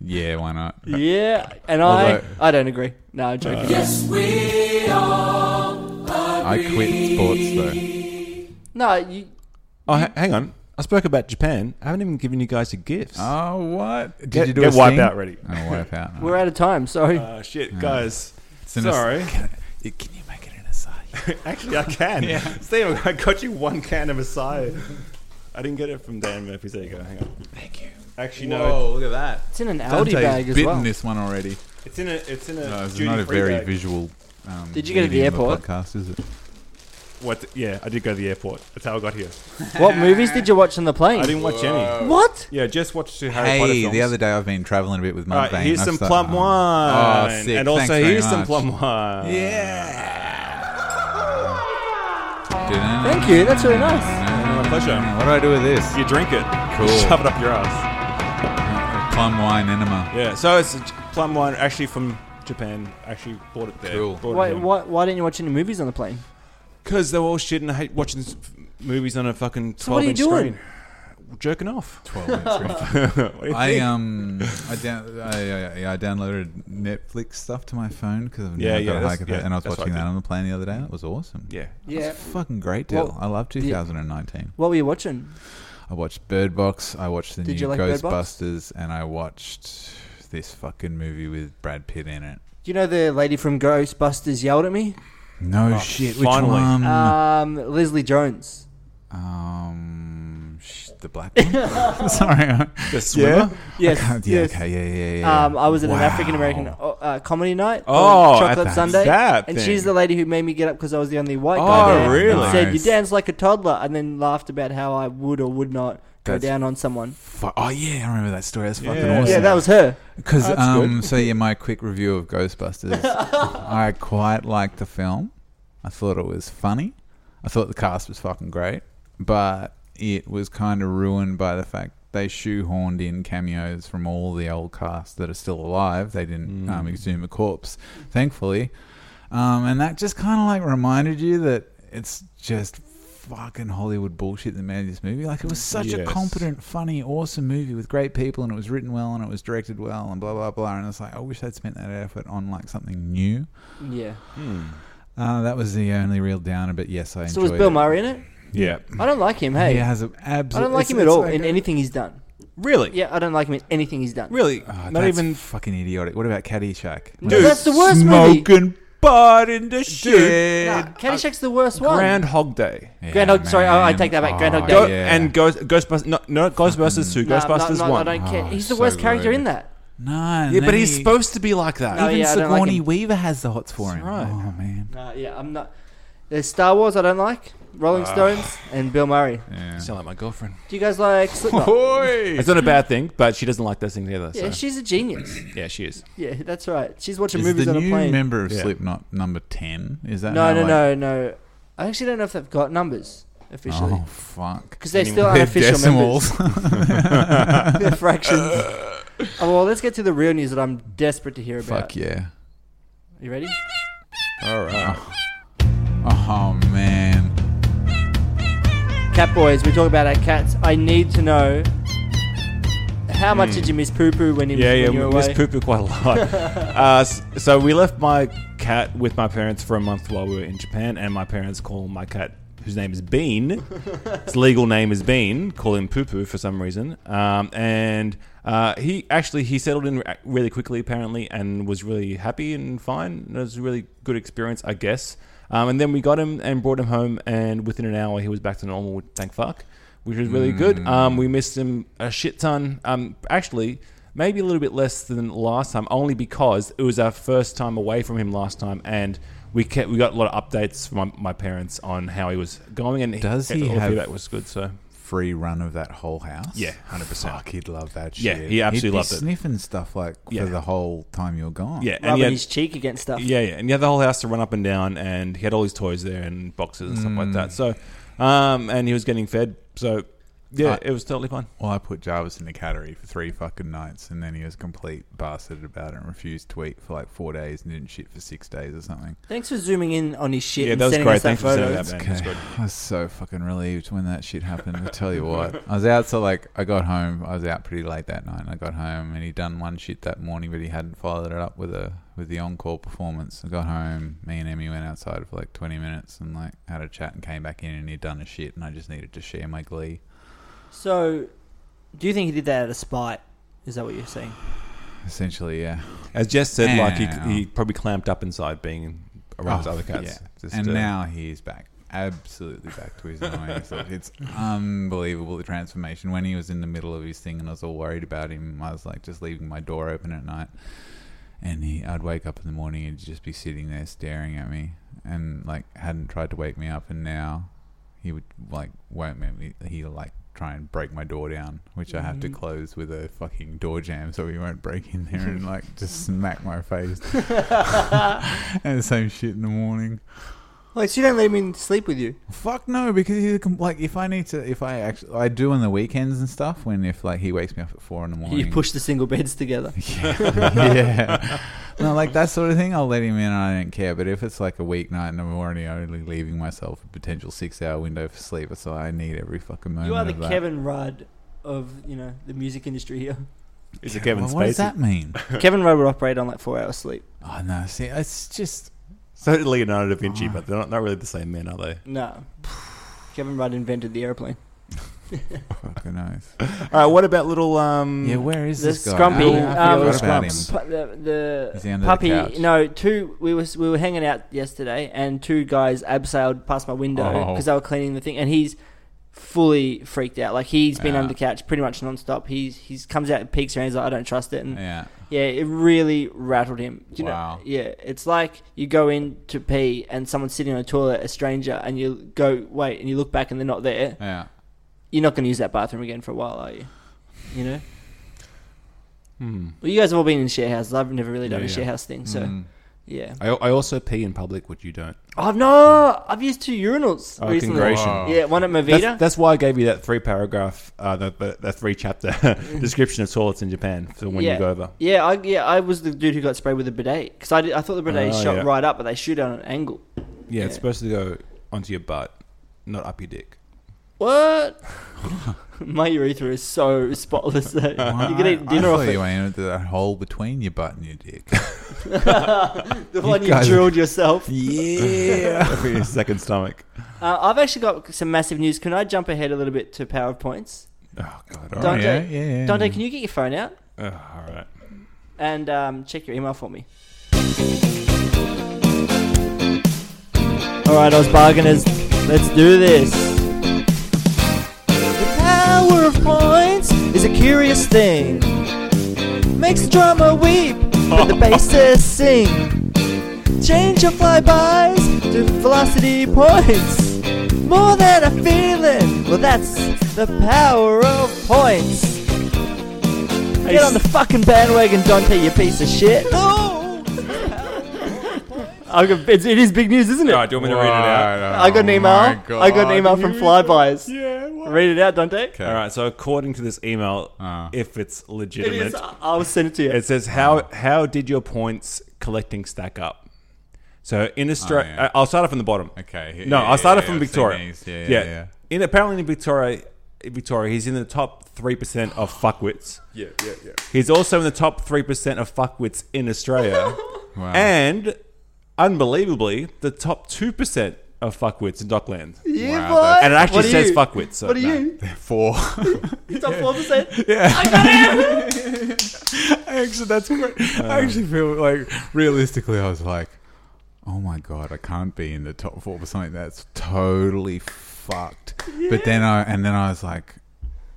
[SPEAKER 1] yeah, why not?
[SPEAKER 5] yeah, and
[SPEAKER 1] Although-
[SPEAKER 5] I, I don't agree. No, I'm joking.
[SPEAKER 1] I quit sports though.
[SPEAKER 5] No, you,
[SPEAKER 4] Oh, ha- hang on. I spoke about Japan. I haven't even given you guys your gifts.
[SPEAKER 1] Oh what? Did
[SPEAKER 4] Get-
[SPEAKER 1] you do
[SPEAKER 4] get
[SPEAKER 1] a
[SPEAKER 4] wiped
[SPEAKER 1] sting?
[SPEAKER 4] out ready.
[SPEAKER 1] Oh, wipe out.
[SPEAKER 5] we're out of time. Sorry.
[SPEAKER 4] Uh, shit, guys.
[SPEAKER 1] an
[SPEAKER 4] Sorry.
[SPEAKER 1] Can you make it an aside?
[SPEAKER 4] Actually, I can. Steve, I got you one can of Asai. I didn't get it from Dan Murphy's. There you go. Hang on.
[SPEAKER 1] Thank you.
[SPEAKER 4] Actually, no.
[SPEAKER 1] Whoa, look at that.
[SPEAKER 5] It's in an Aldi
[SPEAKER 1] Dante's
[SPEAKER 5] bag as
[SPEAKER 1] bitten
[SPEAKER 5] well.
[SPEAKER 1] this one already.
[SPEAKER 4] It's in a. It's in a.
[SPEAKER 1] No, it's
[SPEAKER 4] duty
[SPEAKER 1] not a
[SPEAKER 4] free
[SPEAKER 1] very
[SPEAKER 4] bag.
[SPEAKER 1] visual. Um,
[SPEAKER 5] Did you go to the
[SPEAKER 1] medium of a
[SPEAKER 5] airport?
[SPEAKER 1] Podcast, is it?
[SPEAKER 4] What? Yeah, I did go to the airport. That's how I got here.
[SPEAKER 5] What movies did you watch on the plane?
[SPEAKER 4] I didn't watch any.
[SPEAKER 5] What?
[SPEAKER 4] Yeah, just watched two Harry Potter
[SPEAKER 1] Hey,
[SPEAKER 4] films.
[SPEAKER 1] the other day I've been traveling a bit with
[SPEAKER 4] All
[SPEAKER 1] my
[SPEAKER 4] right,
[SPEAKER 1] vein.
[SPEAKER 4] here's
[SPEAKER 1] I've
[SPEAKER 4] some
[SPEAKER 1] start-
[SPEAKER 4] plum wine.
[SPEAKER 1] um, Oh, sick.
[SPEAKER 4] And also,
[SPEAKER 1] Thanks very
[SPEAKER 4] here's some
[SPEAKER 1] much.
[SPEAKER 4] plum wine.
[SPEAKER 1] Yeah.
[SPEAKER 5] Thank you. That's really nice.
[SPEAKER 4] My pleasure.
[SPEAKER 1] What do I do with this?
[SPEAKER 4] You drink it.
[SPEAKER 1] Cool.
[SPEAKER 4] Shove it up your ass.
[SPEAKER 1] Plum wine enema.
[SPEAKER 4] Yeah, so it's a j- plum wine actually from Japan. Actually bought it there.
[SPEAKER 1] Cool.
[SPEAKER 5] Why, why, why didn't you watch any movies on the plane?
[SPEAKER 4] Because they're all shit and I hate watching s- f- movies on a fucking 12
[SPEAKER 5] So what are you
[SPEAKER 4] inch
[SPEAKER 5] doing?
[SPEAKER 4] screen. Jerking off.
[SPEAKER 1] Twelve minutes.
[SPEAKER 4] What do you
[SPEAKER 1] I
[SPEAKER 4] think?
[SPEAKER 1] um I, down, I, I I downloaded Netflix stuff to my phone because yeah,
[SPEAKER 4] Yeah, yeah,
[SPEAKER 1] got a
[SPEAKER 4] that's-
[SPEAKER 1] hike of it,
[SPEAKER 4] yeah,
[SPEAKER 1] and I was
[SPEAKER 4] that's what
[SPEAKER 1] watching
[SPEAKER 4] I
[SPEAKER 1] that
[SPEAKER 4] did.
[SPEAKER 1] on the plane the other day. It was awesome.
[SPEAKER 4] Yeah.
[SPEAKER 5] Yeah.
[SPEAKER 1] Fucking great deal.
[SPEAKER 5] Well,
[SPEAKER 1] I love
[SPEAKER 5] you-
[SPEAKER 1] 2019.
[SPEAKER 5] What were you watching?
[SPEAKER 1] I watched Bird Box. I watched the
[SPEAKER 5] Did
[SPEAKER 1] new
[SPEAKER 5] you like Bird Box?
[SPEAKER 1] Ghostbusters, and I watched this fucking movie with Brad Pitt in it.
[SPEAKER 5] You know the lady from Ghostbusters yelled at me?
[SPEAKER 1] No shit. Which
[SPEAKER 4] Oh, finally.
[SPEAKER 1] one?
[SPEAKER 5] Um, Leslie Jones.
[SPEAKER 1] um, sh- the black. One? Sorry.
[SPEAKER 4] The swimmer?
[SPEAKER 5] Yes.
[SPEAKER 1] yeah,
[SPEAKER 5] yes.
[SPEAKER 1] okay, yeah, yeah, yeah, yeah.
[SPEAKER 5] Um, I was at an
[SPEAKER 1] Wow.
[SPEAKER 5] African American uh, uh, comedy night.
[SPEAKER 4] Oh,
[SPEAKER 5] called
[SPEAKER 4] at
[SPEAKER 5] Chocolate
[SPEAKER 4] that-
[SPEAKER 5] Sunday.
[SPEAKER 4] that
[SPEAKER 5] and
[SPEAKER 4] thing.
[SPEAKER 5] she's the lady who made me get up because I was the only white
[SPEAKER 4] Oh,
[SPEAKER 5] guy there.
[SPEAKER 4] really?
[SPEAKER 5] And said you
[SPEAKER 1] Nice.
[SPEAKER 5] dance like a toddler, and then laughed about how I would or would not go
[SPEAKER 1] That's-
[SPEAKER 5] down on someone.
[SPEAKER 1] Fu- Oh yeah, I remember that story. That's fucking
[SPEAKER 4] Yeah.
[SPEAKER 1] awesome.
[SPEAKER 5] Yeah, that was her.
[SPEAKER 1] Because
[SPEAKER 4] That's
[SPEAKER 1] um, so yeah, my quick review of Ghostbusters. I quite liked the film. I thought it was funny. I thought the cast was fucking great, but it was kind of ruined by the fact they shoehorned in cameos from all the old cast that are still alive. They didn't um, exhume a corpse, thankfully. Um, and that just kind of like reminded you that it's just fucking Hollywood bullshit that made this movie. Like it was such a
[SPEAKER 4] Yes.
[SPEAKER 1] competent, funny, awesome movie with great people, and it was written well, and it was directed well, and blah blah blah. And it's like I wish they'd spent that effort on like something new.
[SPEAKER 5] Yeah.
[SPEAKER 1] Uh, that was the only real downer. But yes, I
[SPEAKER 5] So
[SPEAKER 1] enjoyed
[SPEAKER 5] was Bill
[SPEAKER 1] it.
[SPEAKER 5] Murray in it?
[SPEAKER 4] Yeah.
[SPEAKER 5] I don't like him. Hey,
[SPEAKER 1] He has an
[SPEAKER 5] I
[SPEAKER 1] absolute.
[SPEAKER 5] don't like him at all in anything he's done.
[SPEAKER 4] Really?
[SPEAKER 5] Yeah, I don't like him in anything he's done.
[SPEAKER 4] Really?
[SPEAKER 1] Oh,
[SPEAKER 4] Not
[SPEAKER 1] that's
[SPEAKER 4] even.
[SPEAKER 1] fucking idiotic. What about Caddyshack?
[SPEAKER 5] Dude, that's the worst movie.
[SPEAKER 4] smoking pot in the shit.
[SPEAKER 5] Nah, Caddyshack's the worst one.
[SPEAKER 4] Groundhog Day.
[SPEAKER 1] Yeah,
[SPEAKER 5] Groundhog- sorry, I- I take that back. Groundhog Day.
[SPEAKER 4] Go,
[SPEAKER 1] yeah.
[SPEAKER 4] And Ghost, Ghostbusters. No, no Ghostbusters 2.
[SPEAKER 5] Nah,
[SPEAKER 4] Ghostbusters
[SPEAKER 5] no, no,
[SPEAKER 4] 1.
[SPEAKER 5] I don't care.
[SPEAKER 1] Oh,
[SPEAKER 5] He's the
[SPEAKER 1] so
[SPEAKER 5] worst character
[SPEAKER 1] rude.
[SPEAKER 5] in that.
[SPEAKER 1] no, and
[SPEAKER 4] yeah,
[SPEAKER 1] then
[SPEAKER 4] but he's
[SPEAKER 1] he-
[SPEAKER 4] supposed to be like that.
[SPEAKER 5] No,
[SPEAKER 1] Even
[SPEAKER 5] Oh, yeah, I don't like
[SPEAKER 1] Sigourney
[SPEAKER 5] him.
[SPEAKER 1] Weaver has the hots for him.
[SPEAKER 4] right.
[SPEAKER 1] Oh man.
[SPEAKER 5] Nah, Uh, yeah, I'm not. There's Star Wars I don't like, Rolling Stones, and Bill Murray.
[SPEAKER 1] Yeah. Oh.
[SPEAKER 4] Sound like my girlfriend.
[SPEAKER 5] Do you guys like Slipknot?
[SPEAKER 1] Boy.
[SPEAKER 4] It's not a bad thing, but she doesn't like those things either.
[SPEAKER 5] yeah,
[SPEAKER 4] so.
[SPEAKER 5] she's a genius.
[SPEAKER 4] yeah, she is.
[SPEAKER 5] Yeah, that's right. She's watching
[SPEAKER 1] Is
[SPEAKER 5] movies
[SPEAKER 1] the
[SPEAKER 5] on a
[SPEAKER 1] new
[SPEAKER 5] plane.
[SPEAKER 1] member of
[SPEAKER 4] Yeah.
[SPEAKER 1] Slipknot number ten? Is that
[SPEAKER 5] no,
[SPEAKER 1] how,
[SPEAKER 5] no,
[SPEAKER 1] like-
[SPEAKER 5] no, no. I actually don't know if they've got numbers officially
[SPEAKER 1] Oh fuck.
[SPEAKER 5] because they're still
[SPEAKER 1] They're
[SPEAKER 5] unofficial
[SPEAKER 1] decimals.
[SPEAKER 5] members. they're fractions. oh, well, let's get to the real news that I'm desperate to hear about.
[SPEAKER 1] Fuck yeah.
[SPEAKER 5] You ready?
[SPEAKER 4] All right.
[SPEAKER 1] Oh man.
[SPEAKER 5] Cat boys, we talk about our cats. I need to know how much did you miss poo poo when, he was-
[SPEAKER 4] Yeah, yeah,
[SPEAKER 5] when you
[SPEAKER 4] we
[SPEAKER 5] were
[SPEAKER 4] miss
[SPEAKER 5] away?
[SPEAKER 4] poo poo quite a lot. uh, s- so we left my cat with my parents for a month while we were in Japan, and my parents call my cat, whose name is Bean, its legal name is Bean, call him poo poo for some reason. Um, and uh, he actually he settled in re- really quickly apparently, and was really happy and fine. It was a really good experience, I guess. Um, and then we got him and brought him home, and within an hour he was back to normal. Thank fuck. Which was really good.
[SPEAKER 1] Hmm.
[SPEAKER 4] Um, we missed him a shit ton. Um, actually, maybe a little bit less than last time, only because it was our first time away from him last time, and we kept we got a lot of updates from my, my parents on how he was going, and
[SPEAKER 1] Does he
[SPEAKER 4] all the
[SPEAKER 1] have-
[SPEAKER 4] feedback was good. So
[SPEAKER 1] Free run of that whole house.
[SPEAKER 4] Yeah, 100%.
[SPEAKER 1] Fuck, he'd love that shit.
[SPEAKER 4] Yeah, he absolutely
[SPEAKER 1] He'd be
[SPEAKER 4] loved it.
[SPEAKER 1] Sniffing stuff like
[SPEAKER 4] Yeah.
[SPEAKER 1] for the whole time you're gone.
[SPEAKER 4] yeah, and
[SPEAKER 5] Rubbing
[SPEAKER 4] he had,
[SPEAKER 5] his cheek against stuff.
[SPEAKER 4] yeah, yeah, and he had the whole house to run up and down, and he had all his toys there and boxes and stuff like
[SPEAKER 1] Mm.
[SPEAKER 4] that. So, um, and he was getting fed. So, yeah,
[SPEAKER 1] I-
[SPEAKER 4] it was totally fine.
[SPEAKER 1] Well, I put Jarvis in the cattery for three fucking nights, and then he was a complete bastard about it and refused to eat for like four days and didn't shit for six days or something.
[SPEAKER 5] Thanks for zooming in on his shit
[SPEAKER 4] Yeah,
[SPEAKER 5] and
[SPEAKER 4] that was
[SPEAKER 5] sending
[SPEAKER 4] great.
[SPEAKER 5] us that
[SPEAKER 4] Thanks for
[SPEAKER 5] photo.
[SPEAKER 4] sending that, man. It was
[SPEAKER 1] Okay.
[SPEAKER 4] good.
[SPEAKER 1] I was so fucking relieved when that shit happened. I tell you what, I was out so like I got home. I was out pretty late that night. and I got home and he'd done one shit that morning, but he hadn't followed it up with a with the encore performance. I got home. Me and Emmy went outside for like twenty minutes and like had a chat and came back in and he'd done a shit and I just needed to share my glee.
[SPEAKER 5] So, do you think he did that out of spite? Is that what you're saying?
[SPEAKER 1] Essentially, yeah.
[SPEAKER 4] As Jess said, like
[SPEAKER 1] Now.
[SPEAKER 4] he, he probably clamped up inside being around his
[SPEAKER 1] Oh,
[SPEAKER 4] other cats.
[SPEAKER 1] yeah.
[SPEAKER 4] Just,
[SPEAKER 1] and
[SPEAKER 4] uh,
[SPEAKER 1] now he's back. Absolutely back to his annoying self. It's unbelievable the transformation. When he was in the middle of his thing and I was all worried about him, I was like just leaving my door open at night. And he, I'd wake up in the morning and he'd just be sitting there staring at me and like hadn't tried to wake me up. And now he would like won't make me, he'll like try and break my door down, which I have to close with a fucking door jam so he won't break in there and like just smack my face. and the same shit in the morning.
[SPEAKER 5] Like, so you don't let him in sleep with you?
[SPEAKER 1] Fuck no, because he's a com- like if I need to, if I actually, I do on the weekends and stuff. When if like he wakes me up at four in the
[SPEAKER 4] Oh,
[SPEAKER 1] morning,
[SPEAKER 5] You push the single beds together.
[SPEAKER 1] yeah, yeah. no, like that sort of thing. I'll let him in, and I don't care. But if it's like a weeknight and I'm already only leaving myself a potential six-hour window for sleep, so I need every fucking moment.
[SPEAKER 5] You are the
[SPEAKER 1] of that.
[SPEAKER 5] Kevin Rudd of you know the music industry here.
[SPEAKER 4] is it Kevin
[SPEAKER 1] Well,
[SPEAKER 4] Spacey?
[SPEAKER 1] what does that mean?
[SPEAKER 5] Kevin Rudd would operate on like four hours sleep.
[SPEAKER 1] oh no, see, it's just
[SPEAKER 4] So did Leonardo da
[SPEAKER 1] Oh.
[SPEAKER 4] Vinci, but they're not, not really the same men, are they?
[SPEAKER 5] No, Kevin Rudd invented the airplane.
[SPEAKER 1] fucking nice.
[SPEAKER 4] All right, what about little? Um,
[SPEAKER 1] Yeah, where is
[SPEAKER 5] Mm. The
[SPEAKER 1] this guy?
[SPEAKER 5] Scrumpy,
[SPEAKER 1] Oh, I
[SPEAKER 5] um,
[SPEAKER 1] forgot about him.
[SPEAKER 5] Pu- the
[SPEAKER 1] Is he
[SPEAKER 5] the
[SPEAKER 1] under the
[SPEAKER 5] puppy.
[SPEAKER 1] couch?
[SPEAKER 5] no, two. We was we were hanging out yesterday, and two guys abseiled past my window
[SPEAKER 1] Oh.
[SPEAKER 5] because they were cleaning the thing, and he's fully freaked out. Like he's been
[SPEAKER 1] Yeah.
[SPEAKER 5] under the couch pretty much nonstop. He's he's comes out and peeks around. He's like, I don't trust it, and
[SPEAKER 1] Yeah.
[SPEAKER 5] yeah, it really rattled him. You
[SPEAKER 1] Wow.
[SPEAKER 5] Know, yeah, it's like you go in to pee and someone's sitting on a toilet, a stranger, and you go wait, and you look back and they're not there.
[SPEAKER 1] Yeah.
[SPEAKER 5] You're not going to use that bathroom again for a while, are you? You know. Well, you guys have all been in share houses. I've never really
[SPEAKER 4] Yeah,
[SPEAKER 5] done a
[SPEAKER 4] Hmm. yeah. Hmm.
[SPEAKER 5] share house thing, so
[SPEAKER 1] Mm.
[SPEAKER 5] Yeah.
[SPEAKER 4] I, I also pee in public, which you don't.
[SPEAKER 5] Oh no! I've used two urinals
[SPEAKER 4] Oh,
[SPEAKER 5] recently.
[SPEAKER 4] congratulations.
[SPEAKER 5] Yeah, one at Movida.
[SPEAKER 4] That's, that's why I gave you that three paragraph, uh, the, the, the three chapter description of toilets in Japan for when
[SPEAKER 5] yeah.
[SPEAKER 4] you go over.
[SPEAKER 5] Yeah, I, yeah, I was the dude who got sprayed with a bidet because I, did- I thought the bidet
[SPEAKER 4] Oh,
[SPEAKER 5] shot
[SPEAKER 4] yeah.
[SPEAKER 5] right up, but they shoot at an angle.
[SPEAKER 4] Yeah, it's supposed to go onto your butt, not up your dick.
[SPEAKER 5] What? My urethra is so spotless. Though. you can eat dinner
[SPEAKER 1] I
[SPEAKER 5] off
[SPEAKER 1] thought you
[SPEAKER 5] it.
[SPEAKER 1] went into that hole between your butt and your dick.
[SPEAKER 5] The one you
[SPEAKER 1] guys-
[SPEAKER 5] drilled yourself.
[SPEAKER 1] yeah.
[SPEAKER 4] for your second stomach.
[SPEAKER 5] Uh, I've actually got some massive news. Can I jump ahead a little bit to PowerPoints?
[SPEAKER 4] Oh, God. All right.
[SPEAKER 5] Dante,
[SPEAKER 1] yeah, yeah, yeah.
[SPEAKER 5] Dante, can you get your phone out
[SPEAKER 4] Ugh, all right.
[SPEAKER 5] and um, check your email for me? All right, Oz bargainers, let's do this. The power of points is a curious thing. Makes the drama weep, but the bassist sing. Change your flybys to velocity points. More than a feeling, well that's the power of points. Get on the fucking bandwagon, Dante, you piece of shit. I got, it's, it is big news, isn't it?
[SPEAKER 4] All right, do you want me to read it out?
[SPEAKER 5] I got an email. I got an email from Flybys.
[SPEAKER 4] Yeah. What?
[SPEAKER 5] Read it out, Dante.
[SPEAKER 4] All right. So according to this email,
[SPEAKER 1] Ah.
[SPEAKER 4] if it's
[SPEAKER 5] Uh. It
[SPEAKER 4] legitimate,
[SPEAKER 5] is. I'll send it to you.
[SPEAKER 4] It says how how did your points collecting stack up? So in Australia,
[SPEAKER 1] Oh,
[SPEAKER 4] uh,
[SPEAKER 1] yeah.
[SPEAKER 4] I'll start it from the bottom.
[SPEAKER 1] Okay,
[SPEAKER 4] No,
[SPEAKER 1] yeah,
[SPEAKER 4] I'll start
[SPEAKER 1] yeah,
[SPEAKER 4] it from
[SPEAKER 1] yeah, I've seen
[SPEAKER 4] Victoria.
[SPEAKER 1] these. Yeah, yeah, yeah.
[SPEAKER 4] In apparently in Victoria, in Victoria, he's in the top three percent of fuckwits.
[SPEAKER 3] Yeah, yeah, yeah.
[SPEAKER 4] He's also in the top three percent of fuckwits in Australia,
[SPEAKER 1] Wow.
[SPEAKER 4] and unbelievably, the top two percent of fuckwits in Dockland.
[SPEAKER 5] you
[SPEAKER 1] Wow,
[SPEAKER 5] boy.
[SPEAKER 1] that's-
[SPEAKER 4] And it actually
[SPEAKER 5] What are
[SPEAKER 4] says
[SPEAKER 5] you?
[SPEAKER 4] fuckwits. So
[SPEAKER 5] What are
[SPEAKER 4] no.
[SPEAKER 5] you?
[SPEAKER 1] Four.
[SPEAKER 5] Top four percent. Yeah. I got it.
[SPEAKER 1] actually, that's great. I actually feel like realistically, I was like, oh my god, I can't be in the top four for something that's totally fucked. But then I and then I was like,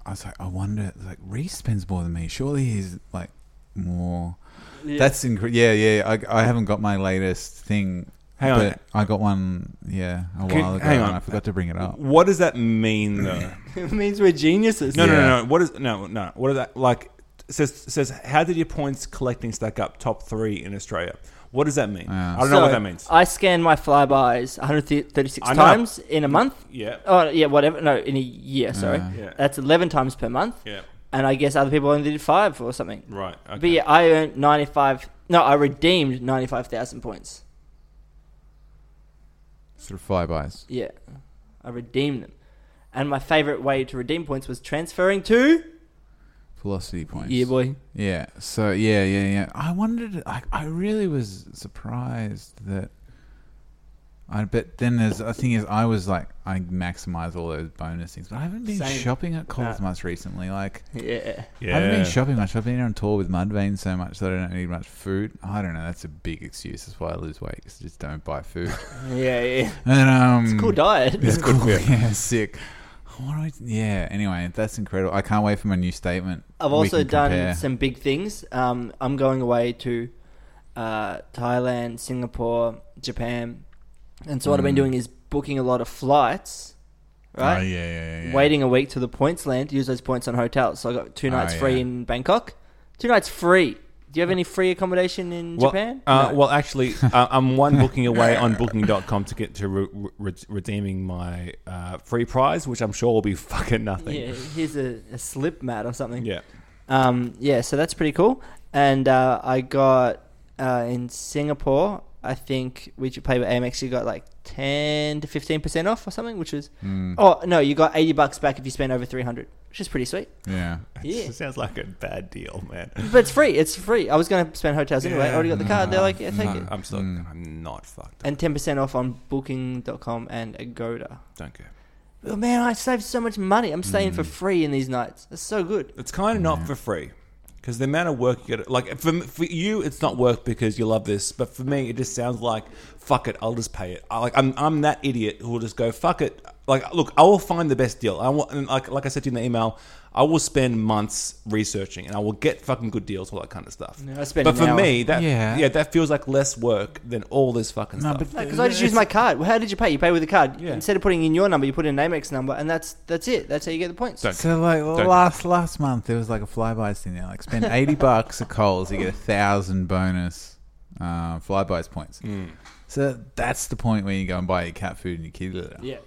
[SPEAKER 1] I was like, I wonder, like Reese spends more than me. Surely he's like more. That's incredible. Yeah, yeah. I, I haven't got my latest thing.
[SPEAKER 4] Hang on.
[SPEAKER 1] but I got one. Yeah, a
[SPEAKER 4] Can-
[SPEAKER 1] while ago.
[SPEAKER 4] hang on.
[SPEAKER 1] And I forgot to bring it up.
[SPEAKER 4] What does that mean though?
[SPEAKER 5] it means we're geniuses.
[SPEAKER 4] No, no,
[SPEAKER 1] Yeah.
[SPEAKER 4] no, no. What is no, no? What is that like? it Says it says how did your points collecting stack up top three in Australia? What does that mean? I don't know what
[SPEAKER 5] So, uh,
[SPEAKER 4] that means.
[SPEAKER 5] I scanned my flybys 136
[SPEAKER 4] I know.
[SPEAKER 5] times in a month.
[SPEAKER 4] yeah,
[SPEAKER 5] Oh yeah, whatever. No, in a year. Sorry,
[SPEAKER 4] Yeah.
[SPEAKER 5] that's 11 times per month.
[SPEAKER 4] yeah,
[SPEAKER 5] And I guess other people only did five or something.
[SPEAKER 4] right. Okay.
[SPEAKER 5] But yeah, I earned 95. No, I redeemed 95,000 points.
[SPEAKER 1] Sort of flybys.
[SPEAKER 5] Yeah. I redeemed them. And my favorite way to redeem points was transferring to.
[SPEAKER 1] Velocity points.
[SPEAKER 5] Yeah, boy.
[SPEAKER 1] Yeah. So yeah, yeah, yeah. I wondered. I, I really was surprised that. I but then there's the thing is I was like I maximize all those bonus things, but I haven't been
[SPEAKER 5] Same.
[SPEAKER 1] shopping at Coles much recently. Like
[SPEAKER 5] Yeah.
[SPEAKER 4] yeah.
[SPEAKER 1] I haven't been shopping much. I've been on tour with Mudvayne so much that I don't eat much food. I don't know. That's a big excuse. That's why I lose weight 'cause I just don't buy food.
[SPEAKER 5] Yeah, yeah.
[SPEAKER 1] and um,
[SPEAKER 5] It's a cool diet.
[SPEAKER 1] it's cool. Yeah, sick. What do I, yeah. Anyway, that's incredible. I can't wait for my new statement.
[SPEAKER 5] I've
[SPEAKER 1] We
[SPEAKER 5] also
[SPEAKER 1] can
[SPEAKER 5] done
[SPEAKER 1] compare.
[SPEAKER 5] some big things. Um, I'm going away to uh, Thailand, Singapore, Japan. And so what I've
[SPEAKER 1] Mm.
[SPEAKER 5] been doing is booking a lot of flights, right?
[SPEAKER 1] Oh, yeah, yeah, yeah, yeah.
[SPEAKER 5] Waiting a week till the points land to use those points on hotels. So I got two nights
[SPEAKER 1] yeah.
[SPEAKER 5] free in Bangkok. Two nights free. Do you have any free accommodation in
[SPEAKER 4] Well,
[SPEAKER 5] Japan?
[SPEAKER 4] Uh,
[SPEAKER 5] No.
[SPEAKER 4] Well, actually, uh, I'm one booking away on Booking.com to get to re- re- redeeming my uh, free prize, which I'm sure will be fucking nothing.
[SPEAKER 5] yeah, here's a, a slip mat or something.
[SPEAKER 4] yeah.
[SPEAKER 5] Um, yeah, so that's pretty cool. And uh, I got uh, in Singapore, I think we should play with Amex. You got like ten to fifteen percent off or something, which was oh no, you got eighty bucks back if you spend over three hundred, which is pretty sweet.
[SPEAKER 1] Yeah.
[SPEAKER 5] Yeah,
[SPEAKER 4] It sounds like a bad deal, man.
[SPEAKER 5] but it's free. It's free. I was gonna spend hotels anyway. I already got the card. They're like, yeah, take it.
[SPEAKER 4] I'm still, I'm not fucked.
[SPEAKER 5] And ten percent off on Booking.com and Agoda.
[SPEAKER 4] Don't care.
[SPEAKER 5] Oh man, I saved so much money. I'm staying for free in these nights. That's so good.
[SPEAKER 4] It's kind of not for free because the amount of work you get. Like for for you, it's not work because you love this. But for me, it just sounds like fuck it. I'll just pay it. I, like I'm I'm that idiot who will just go fuck it. Like look, I will find the best deal. I will, and like like I said to you in the email. I will spend months researching, and I will get fucking good deals, all that kind of stuff.
[SPEAKER 5] I spend
[SPEAKER 4] but
[SPEAKER 5] an
[SPEAKER 4] for
[SPEAKER 5] hour.
[SPEAKER 4] me, that yeah.
[SPEAKER 1] Yeah.
[SPEAKER 4] that feels like less work than all this fucking
[SPEAKER 1] No,
[SPEAKER 4] stuff.
[SPEAKER 1] but
[SPEAKER 5] Because Uh, I just use my card. Well, how did you pay? You pay with a card.
[SPEAKER 4] Yeah.
[SPEAKER 5] Instead of putting in your number, you put in an Amex number, and that's that's it. That's how you get the points.
[SPEAKER 4] Don't-
[SPEAKER 1] So like last last month, there was like a flyby thing there. Like spend eighty bucks at Coles, you get a thousand bonus uh, flybys points. So that's the point where you go and buy your cat food and your kitty litter.
[SPEAKER 6] Yeah.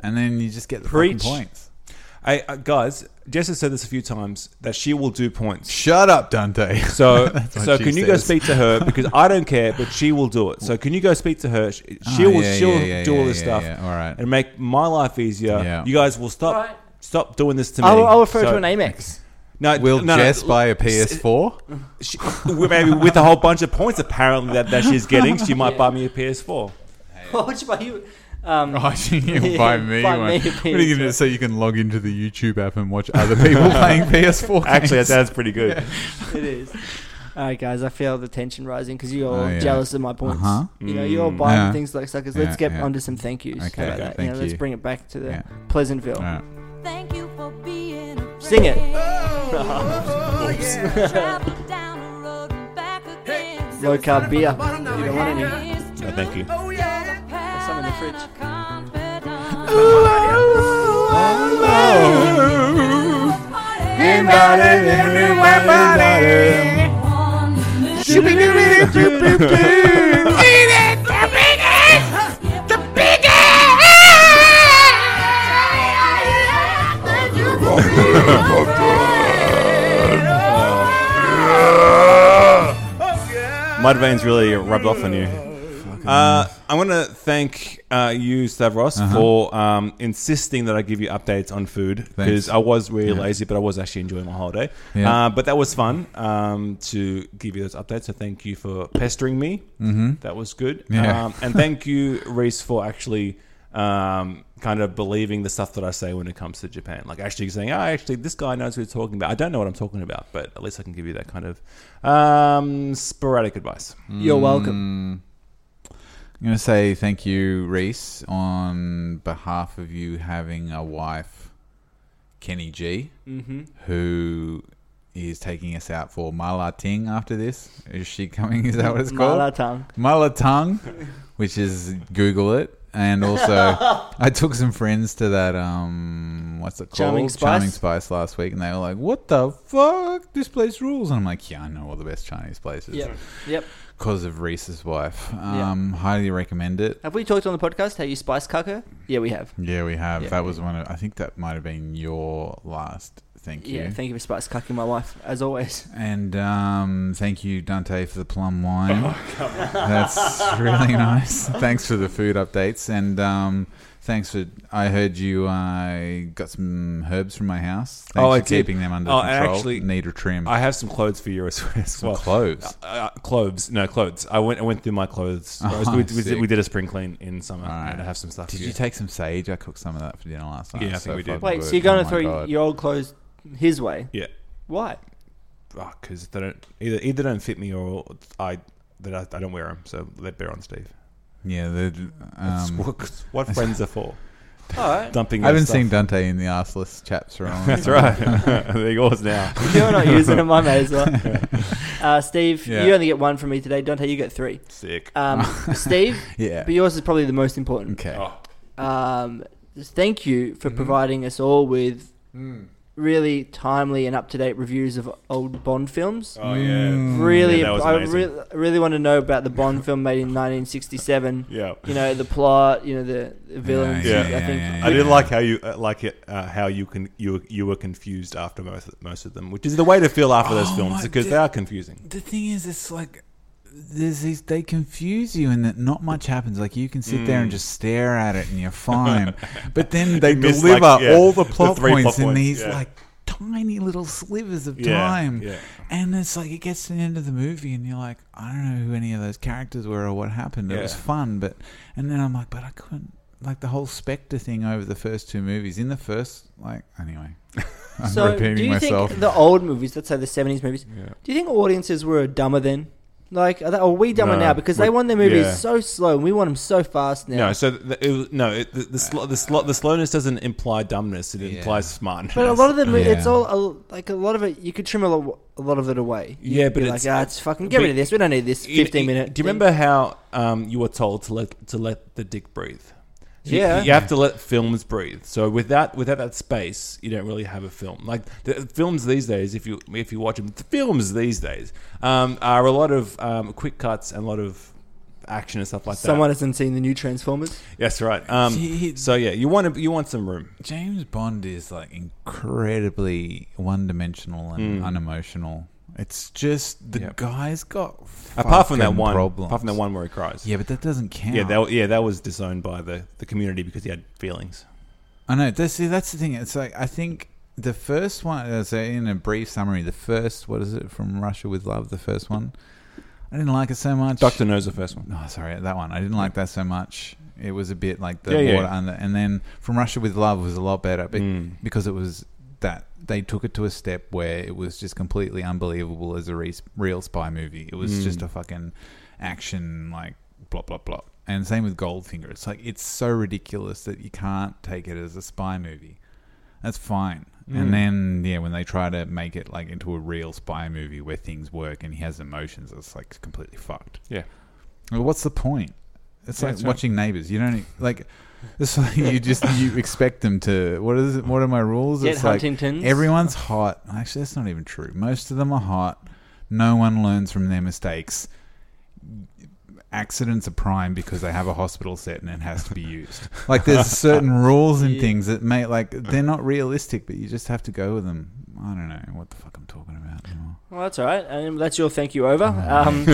[SPEAKER 1] And then you just get the
[SPEAKER 6] Preach.
[SPEAKER 1] fucking points.
[SPEAKER 4] Hey, uh, guys, Jess has said this a few times that she will do points.
[SPEAKER 1] Shut up, Dante.
[SPEAKER 4] So,
[SPEAKER 1] That's what
[SPEAKER 4] so
[SPEAKER 1] she
[SPEAKER 4] can you go
[SPEAKER 1] says.
[SPEAKER 4] speak to her because I don't care, but she will do it. So can you go speak to her? She, she
[SPEAKER 1] Oh,
[SPEAKER 4] will,
[SPEAKER 1] yeah,
[SPEAKER 4] she'll
[SPEAKER 1] yeah, yeah,
[SPEAKER 4] do all
[SPEAKER 1] yeah,
[SPEAKER 4] this
[SPEAKER 1] yeah,
[SPEAKER 4] stuff
[SPEAKER 1] yeah. All right.
[SPEAKER 4] and make my life easier.
[SPEAKER 1] Yeah.
[SPEAKER 4] You guys will stop,
[SPEAKER 6] Right.
[SPEAKER 4] stop doing this to me.
[SPEAKER 5] I'll, I'll refer
[SPEAKER 4] So-
[SPEAKER 5] to an Amex.
[SPEAKER 4] No,
[SPEAKER 1] Will
[SPEAKER 4] no, no,
[SPEAKER 1] Jess buy a PS4?
[SPEAKER 4] she, maybe with a whole bunch of points apparently that, that she's getting, she might buy me a PS4.
[SPEAKER 5] What would you buy you? Um,
[SPEAKER 1] Oh, you can
[SPEAKER 5] Yeah,
[SPEAKER 1] buy me
[SPEAKER 5] buy
[SPEAKER 1] one.
[SPEAKER 5] me a
[SPEAKER 1] what are you going to
[SPEAKER 5] PS4?
[SPEAKER 1] say? You can log into the YouTube app and watch other people playing PS4.
[SPEAKER 4] Actually, that
[SPEAKER 1] games?
[SPEAKER 4] sounds pretty good.
[SPEAKER 5] It is. All right, guys. I feel the tension rising because you're all
[SPEAKER 1] Oh, yeah.
[SPEAKER 5] jealous of my points.
[SPEAKER 1] Uh-huh.
[SPEAKER 5] You know, you're all buying
[SPEAKER 1] Yeah.
[SPEAKER 5] things like suckers.
[SPEAKER 1] Yeah,
[SPEAKER 5] Let's get
[SPEAKER 1] yeah.
[SPEAKER 5] onto some thank yous. How
[SPEAKER 1] Okay,
[SPEAKER 5] about
[SPEAKER 1] okay,
[SPEAKER 5] that?
[SPEAKER 1] thank
[SPEAKER 5] you know, let's
[SPEAKER 1] you.
[SPEAKER 5] bring it back to the
[SPEAKER 1] Yeah.
[SPEAKER 5] Pleasantville.
[SPEAKER 1] All right.
[SPEAKER 2] Thank you for being a
[SPEAKER 5] Sing it.
[SPEAKER 2] Travel down the road and back again.
[SPEAKER 5] Low carb beer. You don't want any.
[SPEAKER 2] No,
[SPEAKER 4] thank you.
[SPEAKER 5] some in the fridge.
[SPEAKER 4] Mud veins really rubbed off on you. Uh, I want to thank uh, you, Stavros,
[SPEAKER 1] Uh-huh.
[SPEAKER 4] for um, insisting that I give you updates on food because
[SPEAKER 1] Thanks.
[SPEAKER 4] I was really lazy, but I was actually enjoying my holiday.
[SPEAKER 1] Yeah.
[SPEAKER 4] Uh, but that was fun um, to give you those updates. So thank you for pestering me. Mm-hmm. That was good.
[SPEAKER 1] Yeah.
[SPEAKER 4] Um, and thank you, Reese, for actually. Um, kind of believing the stuff that I say when it comes to Japan, like actually saying, "Oh, actually, this guy knows what he's talking about." I don't know what I'm talking about, but at least I can give you that kind of um, sporadic advice.
[SPEAKER 1] Hmm. Mm.
[SPEAKER 5] You're welcome.
[SPEAKER 1] I'm going to say thank you, Reese, on behalf of you having a wife, Kenny G, who is taking us out for Malating after this. Is she coming? Is that what it's called?
[SPEAKER 5] Mala tongue.
[SPEAKER 1] Malatung, which is Google it. And also, I took some friends to that um, what's it called?
[SPEAKER 5] Charming Spice?
[SPEAKER 1] Charming Spice last week, and they were like, "What the fuck? This place rules!" And I'm like, "Yeah, I know all the best Chinese places."
[SPEAKER 5] Yep. Yep.
[SPEAKER 1] Because of Reese's wife,
[SPEAKER 5] Yeah.
[SPEAKER 1] um, highly recommend it.
[SPEAKER 5] Have we talked on the podcast how you spice cucker?
[SPEAKER 1] Mm.
[SPEAKER 5] Yeah, we have.
[SPEAKER 1] Yeah, we have.
[SPEAKER 5] Yeah.
[SPEAKER 1] that was one. Of, I think that might have been your last. Thank you.
[SPEAKER 5] Yeah, thank you for spice cucking my wife, as always.
[SPEAKER 1] and um, thank you, Dante, for the plum wine.
[SPEAKER 5] Oh,
[SPEAKER 1] That's really nice. Thanks for the food updates, and um, thanks for. I heard you uh, got some herbs from my house. Thanks
[SPEAKER 4] Oh, I
[SPEAKER 1] for
[SPEAKER 4] did.
[SPEAKER 1] keeping them under
[SPEAKER 4] Oh, and
[SPEAKER 1] control.
[SPEAKER 4] actually,
[SPEAKER 1] Need a trim.
[SPEAKER 4] I have some clothes for you as well.
[SPEAKER 1] Some clothes.
[SPEAKER 4] Uh, uh, clothes, no clothes. I went. I went through my clothes.
[SPEAKER 1] Oh,
[SPEAKER 4] we, we, did,
[SPEAKER 1] sick.
[SPEAKER 4] we did a spring clean in summer,
[SPEAKER 1] Alright.
[SPEAKER 4] and I have some stuff.
[SPEAKER 1] Did
[SPEAKER 4] for
[SPEAKER 1] you take some sage? I cooked some of that for dinner last night.
[SPEAKER 4] Yeah, I think we did.
[SPEAKER 1] fucking
[SPEAKER 5] Wait, so
[SPEAKER 1] good.
[SPEAKER 5] you're going
[SPEAKER 1] Oh
[SPEAKER 5] to
[SPEAKER 1] my
[SPEAKER 5] throw
[SPEAKER 1] God.
[SPEAKER 5] your old clothes his way?
[SPEAKER 4] Yeah,
[SPEAKER 5] Why?
[SPEAKER 4] because they don't either. Either don't fit me, or I that I, I don't wear them. So let bear on Steve.
[SPEAKER 1] yeah. the-
[SPEAKER 4] That's
[SPEAKER 1] Um,
[SPEAKER 4] what, what friends are for.
[SPEAKER 5] All right.
[SPEAKER 4] Dumping.
[SPEAKER 1] I haven't
[SPEAKER 4] their
[SPEAKER 1] seen
[SPEAKER 4] stuff.
[SPEAKER 1] Dante in the arseless chaps for a long
[SPEAKER 4] That's right. They're yours now.
[SPEAKER 5] You're not using them. I may as well. Uh, Steve,
[SPEAKER 1] Yeah.
[SPEAKER 5] you only get one from me today. Dante, you get three.
[SPEAKER 4] Sick.
[SPEAKER 5] Um, Steve,
[SPEAKER 1] Yeah.
[SPEAKER 5] but yours is probably the most important.
[SPEAKER 1] Okay.
[SPEAKER 4] Oh.
[SPEAKER 5] Um, just thank you
[SPEAKER 4] Mm-hmm.
[SPEAKER 5] for providing us all with
[SPEAKER 4] Mm.
[SPEAKER 5] really timely and up to date reviews of old Bond films.
[SPEAKER 4] Oh yeah.
[SPEAKER 1] Mm.
[SPEAKER 5] Really,
[SPEAKER 4] Yeah, that was
[SPEAKER 5] I
[SPEAKER 4] amazing.
[SPEAKER 5] re- really want to know about the Bond film made in 1967.
[SPEAKER 4] Yeah.
[SPEAKER 5] You know the plot. You know the, the villains.
[SPEAKER 1] yeah,
[SPEAKER 5] I
[SPEAKER 1] yeah,
[SPEAKER 5] think
[SPEAKER 1] yeah, yeah.
[SPEAKER 4] I did like how you uh, like it, uh, how you can you you were confused after most most of them, which is the way to feel after those
[SPEAKER 1] Oh
[SPEAKER 4] films
[SPEAKER 1] my
[SPEAKER 4] because they
[SPEAKER 1] God.
[SPEAKER 4] are confusing.
[SPEAKER 1] the thing is, it's like there's these they confuse you and that not much happens. Like you can sit there and just stare at it and you're fine, but then they
[SPEAKER 4] Mm. You miss,
[SPEAKER 1] deliver
[SPEAKER 4] like, yeah,
[SPEAKER 1] all the
[SPEAKER 4] the
[SPEAKER 1] plot
[SPEAKER 4] three plot
[SPEAKER 1] points in
[SPEAKER 4] points,
[SPEAKER 1] these
[SPEAKER 4] yeah.
[SPEAKER 1] like tiny little slivers of
[SPEAKER 4] Yeah,
[SPEAKER 1] time,
[SPEAKER 4] yeah.
[SPEAKER 1] and it's like it gets to the end of the movie and you're like, I don't know who any of those characters were or what happened. It
[SPEAKER 4] Yeah.
[SPEAKER 1] was fun, but and then I'm like, but I couldn't. Like the whole Spectre thing over the first two movies. In the first, like anyway, I'm
[SPEAKER 5] So,
[SPEAKER 1] repeating
[SPEAKER 5] do you
[SPEAKER 1] myself.
[SPEAKER 5] think the old movies, let's say the seventies movies, do you think audiences were dumber then? Like, are, they, are we dumber
[SPEAKER 4] No.
[SPEAKER 5] now because
[SPEAKER 4] We-
[SPEAKER 5] they want their movies
[SPEAKER 4] yeah.
[SPEAKER 5] so slow and we want them so fast now?
[SPEAKER 4] No, so the, it, was- no, it, the the, sl- the, sl- the slowness doesn't imply dumbness; it implies smartness.
[SPEAKER 5] but a lot of them, it's
[SPEAKER 1] Yeah.
[SPEAKER 5] all a, like a lot of it. You could trim a lot, a lot of it away. You
[SPEAKER 4] Yeah,
[SPEAKER 5] could
[SPEAKER 4] but
[SPEAKER 5] be
[SPEAKER 4] it's-
[SPEAKER 5] like, ah, it's fucking get
[SPEAKER 4] but-
[SPEAKER 5] rid of this. We don't need this.
[SPEAKER 4] minutes.
[SPEAKER 5] Fifteen minute.
[SPEAKER 4] Do you
[SPEAKER 5] thing."
[SPEAKER 4] remember how um, you were told to let to let the dick breathe? You-
[SPEAKER 5] Yeah.
[SPEAKER 4] you have to let films breathe. So without without that space, you don't really have a film. Like the films these days, if you if you watch them, the films these days um, are a lot of um, quick cuts and a lot of action and stuff like
[SPEAKER 5] Someone
[SPEAKER 4] that.
[SPEAKER 5] hasn't seen the new Transformers.
[SPEAKER 4] That's right. Um,
[SPEAKER 1] He-
[SPEAKER 4] so yeah, you want to you want some room.
[SPEAKER 1] James Bond is like incredibly one dimensional and unemotional. It's just the
[SPEAKER 4] Hmm. Yep.
[SPEAKER 1] guy's got
[SPEAKER 4] Apart from that
[SPEAKER 1] fucking
[SPEAKER 4] one,
[SPEAKER 1] problems.
[SPEAKER 4] apart from that one where he cries.
[SPEAKER 1] Yeah, but that doesn't count.
[SPEAKER 4] Yeah, that, yeah, that was disowned by the, the community because he had feelings.
[SPEAKER 1] I know. That's see, that's the thing. It's like I think the first one. uh, So in a brief summary, the first what is it from Russia with Love? The first one. I didn't like it so much.
[SPEAKER 4] Doctor knows the first one.
[SPEAKER 1] Oh, sorry, that one. I didn't like that so much. It was a bit like the
[SPEAKER 4] Yeah, Mm. yeah.
[SPEAKER 1] water under. And then From Russia with Love was a lot better be- because it was that they took it to a step where it was just completely unbelievable as a re- real spy movie. It was just
[SPEAKER 4] Mm.
[SPEAKER 1] a fucking action, like, blah, blah, blah. And same with Goldfinger. It's like, it's so ridiculous that you can't take it as a spy movie. That's fine.
[SPEAKER 4] Mm.
[SPEAKER 1] And then, yeah, when they try to make it like into a real spy movie where things work and he has emotions, it's like completely fucked.
[SPEAKER 4] Yeah.
[SPEAKER 1] Well, what's the point? It's
[SPEAKER 4] Yeah,
[SPEAKER 1] like
[SPEAKER 4] that's right.
[SPEAKER 1] watching Neighbours. You don't e, like. It's like you just you expect them to. What is it? What are my rules?
[SPEAKER 5] Get
[SPEAKER 1] it's like
[SPEAKER 5] Huntingtons.
[SPEAKER 1] everyone's hot. Actually, that's not even true. Most of them are hot. No one learns from their mistakes. Accidents are prime because they have a hospital setting and it has to be used. Like there's certain rules and things that may like they're not realistic, but you just have to go with them. I don't know what the fuck I'm talking about. anymore.
[SPEAKER 5] Well, that's all right. And that's your thank you over. Um,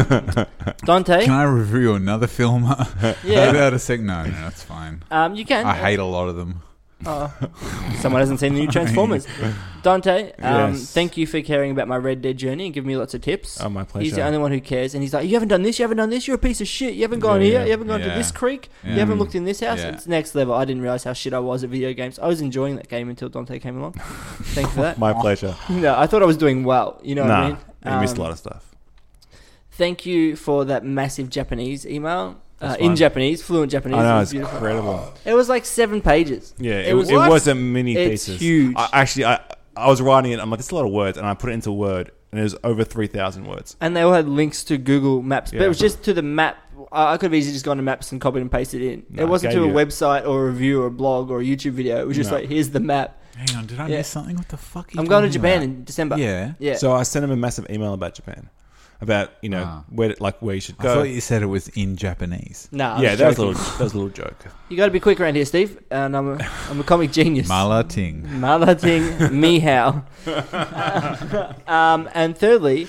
[SPEAKER 5] Dante,
[SPEAKER 1] Can I review another film?
[SPEAKER 5] Yeah.
[SPEAKER 1] Without a sec, no, no, that's fine.
[SPEAKER 5] um, you can.
[SPEAKER 1] I hate a lot of them.
[SPEAKER 5] Someone hasn't seen the new Transformers. Dante, um,
[SPEAKER 4] Yes.
[SPEAKER 5] thank you for caring about my Red Dead journey and giving me lots of tips.
[SPEAKER 4] Oh, my
[SPEAKER 5] He's the
[SPEAKER 4] pleasure.
[SPEAKER 5] only one who cares, and he's like, "You haven't done this. You haven't done this. You're a piece of shit. You haven't gone
[SPEAKER 4] Yeah,
[SPEAKER 5] here.
[SPEAKER 4] yeah. Mm.
[SPEAKER 5] You haven't gone to
[SPEAKER 1] Yeah.
[SPEAKER 5] this creek.
[SPEAKER 1] Yeah.
[SPEAKER 5] You haven't looked in this house.
[SPEAKER 1] Yeah.
[SPEAKER 5] It's next level." I didn't realize how shit I was at video games. I was enjoying that game until Dante came along. Thanks for that.
[SPEAKER 4] My pleasure.
[SPEAKER 5] no, I thought I was doing well. You know what I
[SPEAKER 4] nah,
[SPEAKER 5] mean?
[SPEAKER 4] I missed a
[SPEAKER 5] Um,
[SPEAKER 4] lot of stuff.
[SPEAKER 5] Thank you for that massive Japanese email. Uh,
[SPEAKER 4] That's
[SPEAKER 5] in
[SPEAKER 4] fine.
[SPEAKER 5] Japanese, fluent Japanese.
[SPEAKER 4] I
[SPEAKER 5] It
[SPEAKER 4] know
[SPEAKER 5] was
[SPEAKER 4] it's
[SPEAKER 5] beautiful.
[SPEAKER 4] incredible.
[SPEAKER 5] It was like seven pages.
[SPEAKER 4] Yeah, it, it was, a mini
[SPEAKER 5] It's
[SPEAKER 4] thesis.
[SPEAKER 5] huge.
[SPEAKER 4] I, actually, I I was writing it. I'm like, it's a lot of words, and I put it into Word, and it was over three thousand words.
[SPEAKER 5] and they all had links to Google Maps, but
[SPEAKER 4] Yeah.
[SPEAKER 5] it was just to the map. I I could have easily just gone to Maps and copied and pasted it in.
[SPEAKER 4] No,
[SPEAKER 5] it wasn't
[SPEAKER 4] gave
[SPEAKER 5] to a
[SPEAKER 4] you-
[SPEAKER 5] website or a review or a blog or a YouTube video. It was just
[SPEAKER 4] No.
[SPEAKER 5] like, here's the map.
[SPEAKER 1] Hang on, did I
[SPEAKER 5] Yeah.
[SPEAKER 1] miss something? What the fuck? Are you
[SPEAKER 5] I'm going to
[SPEAKER 1] talking
[SPEAKER 5] Japan
[SPEAKER 1] about?
[SPEAKER 5] in December.
[SPEAKER 1] Yeah.
[SPEAKER 5] yeah.
[SPEAKER 4] So I sent him a massive email about Japan, about you know
[SPEAKER 1] Ah.
[SPEAKER 4] where like where you should
[SPEAKER 1] I
[SPEAKER 4] go.
[SPEAKER 1] thought you said it was in Japanese.
[SPEAKER 5] nah,
[SPEAKER 4] yeah,
[SPEAKER 5] yeah,
[SPEAKER 4] that was a little that was a little joke.
[SPEAKER 5] you got to be quick around here, Steve. And I'm a, I'm a comic genius.
[SPEAKER 1] Malating.
[SPEAKER 5] Malating me how. um, and thirdly,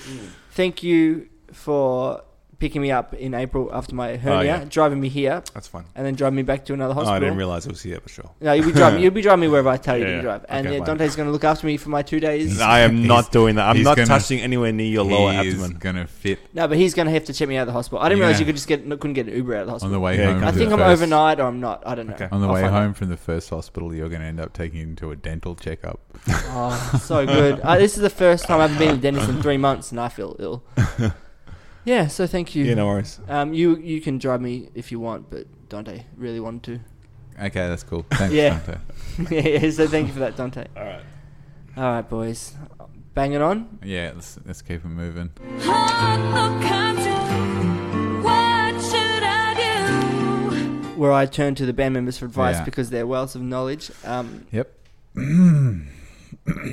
[SPEAKER 5] thank you for picking me up in April after my hernia,
[SPEAKER 4] Oh, yeah.
[SPEAKER 5] driving me here,
[SPEAKER 4] That's fine.
[SPEAKER 5] and then driving me back to another
[SPEAKER 4] Oh,
[SPEAKER 5] hospital.
[SPEAKER 4] I didn't realize it was here, but sure.
[SPEAKER 5] No, you'll be driving. You'll be driving me wherever I tell you
[SPEAKER 4] Yeah,
[SPEAKER 5] to
[SPEAKER 4] yeah.
[SPEAKER 5] drive, and
[SPEAKER 4] Okay,
[SPEAKER 5] yeah,
[SPEAKER 4] fine.
[SPEAKER 5] Dante's going to look after me for my two days.
[SPEAKER 4] I am not doing that. I'm
[SPEAKER 1] he's
[SPEAKER 4] not
[SPEAKER 1] gonna-
[SPEAKER 4] touching anywhere near your lower
[SPEAKER 1] He's
[SPEAKER 4] abdomen.
[SPEAKER 1] gonna fit
[SPEAKER 5] No, but he's going to have to check me out of the hospital. I didn't
[SPEAKER 1] Yeah.
[SPEAKER 5] realize you could just get couldn't get an Uber out of the
[SPEAKER 1] on
[SPEAKER 5] hospital.
[SPEAKER 1] the way
[SPEAKER 4] Yeah,
[SPEAKER 1] home.
[SPEAKER 4] can't
[SPEAKER 5] I
[SPEAKER 1] from
[SPEAKER 5] think
[SPEAKER 1] the
[SPEAKER 5] I'm
[SPEAKER 1] first-
[SPEAKER 5] overnight or I'm not. I don't know.
[SPEAKER 4] Okay.
[SPEAKER 1] On the
[SPEAKER 4] I'll
[SPEAKER 1] way
[SPEAKER 4] find
[SPEAKER 1] home from the first hospital, you're going to end up taking him to a dental checkup.
[SPEAKER 5] Oh, so good. uh, this is the first time I've been to the dentist in three months, and I feel ill. yeah. So thank you.
[SPEAKER 4] Yeah, no worries.
[SPEAKER 5] Um, you you can drive me if you want, but Dante really wanted
[SPEAKER 1] Okay, that's cool. Thanks,
[SPEAKER 5] Yeah.
[SPEAKER 1] Dante.
[SPEAKER 5] to. yeah. So thank you for that, Dante.
[SPEAKER 4] All right.
[SPEAKER 5] All right, boys, bang it on.
[SPEAKER 1] Yeah, let's let's keep him moving.
[SPEAKER 5] Where I turn to the band members for advice
[SPEAKER 1] Yeah.
[SPEAKER 5] because they're wealth of knowledge. Um,
[SPEAKER 1] Yep.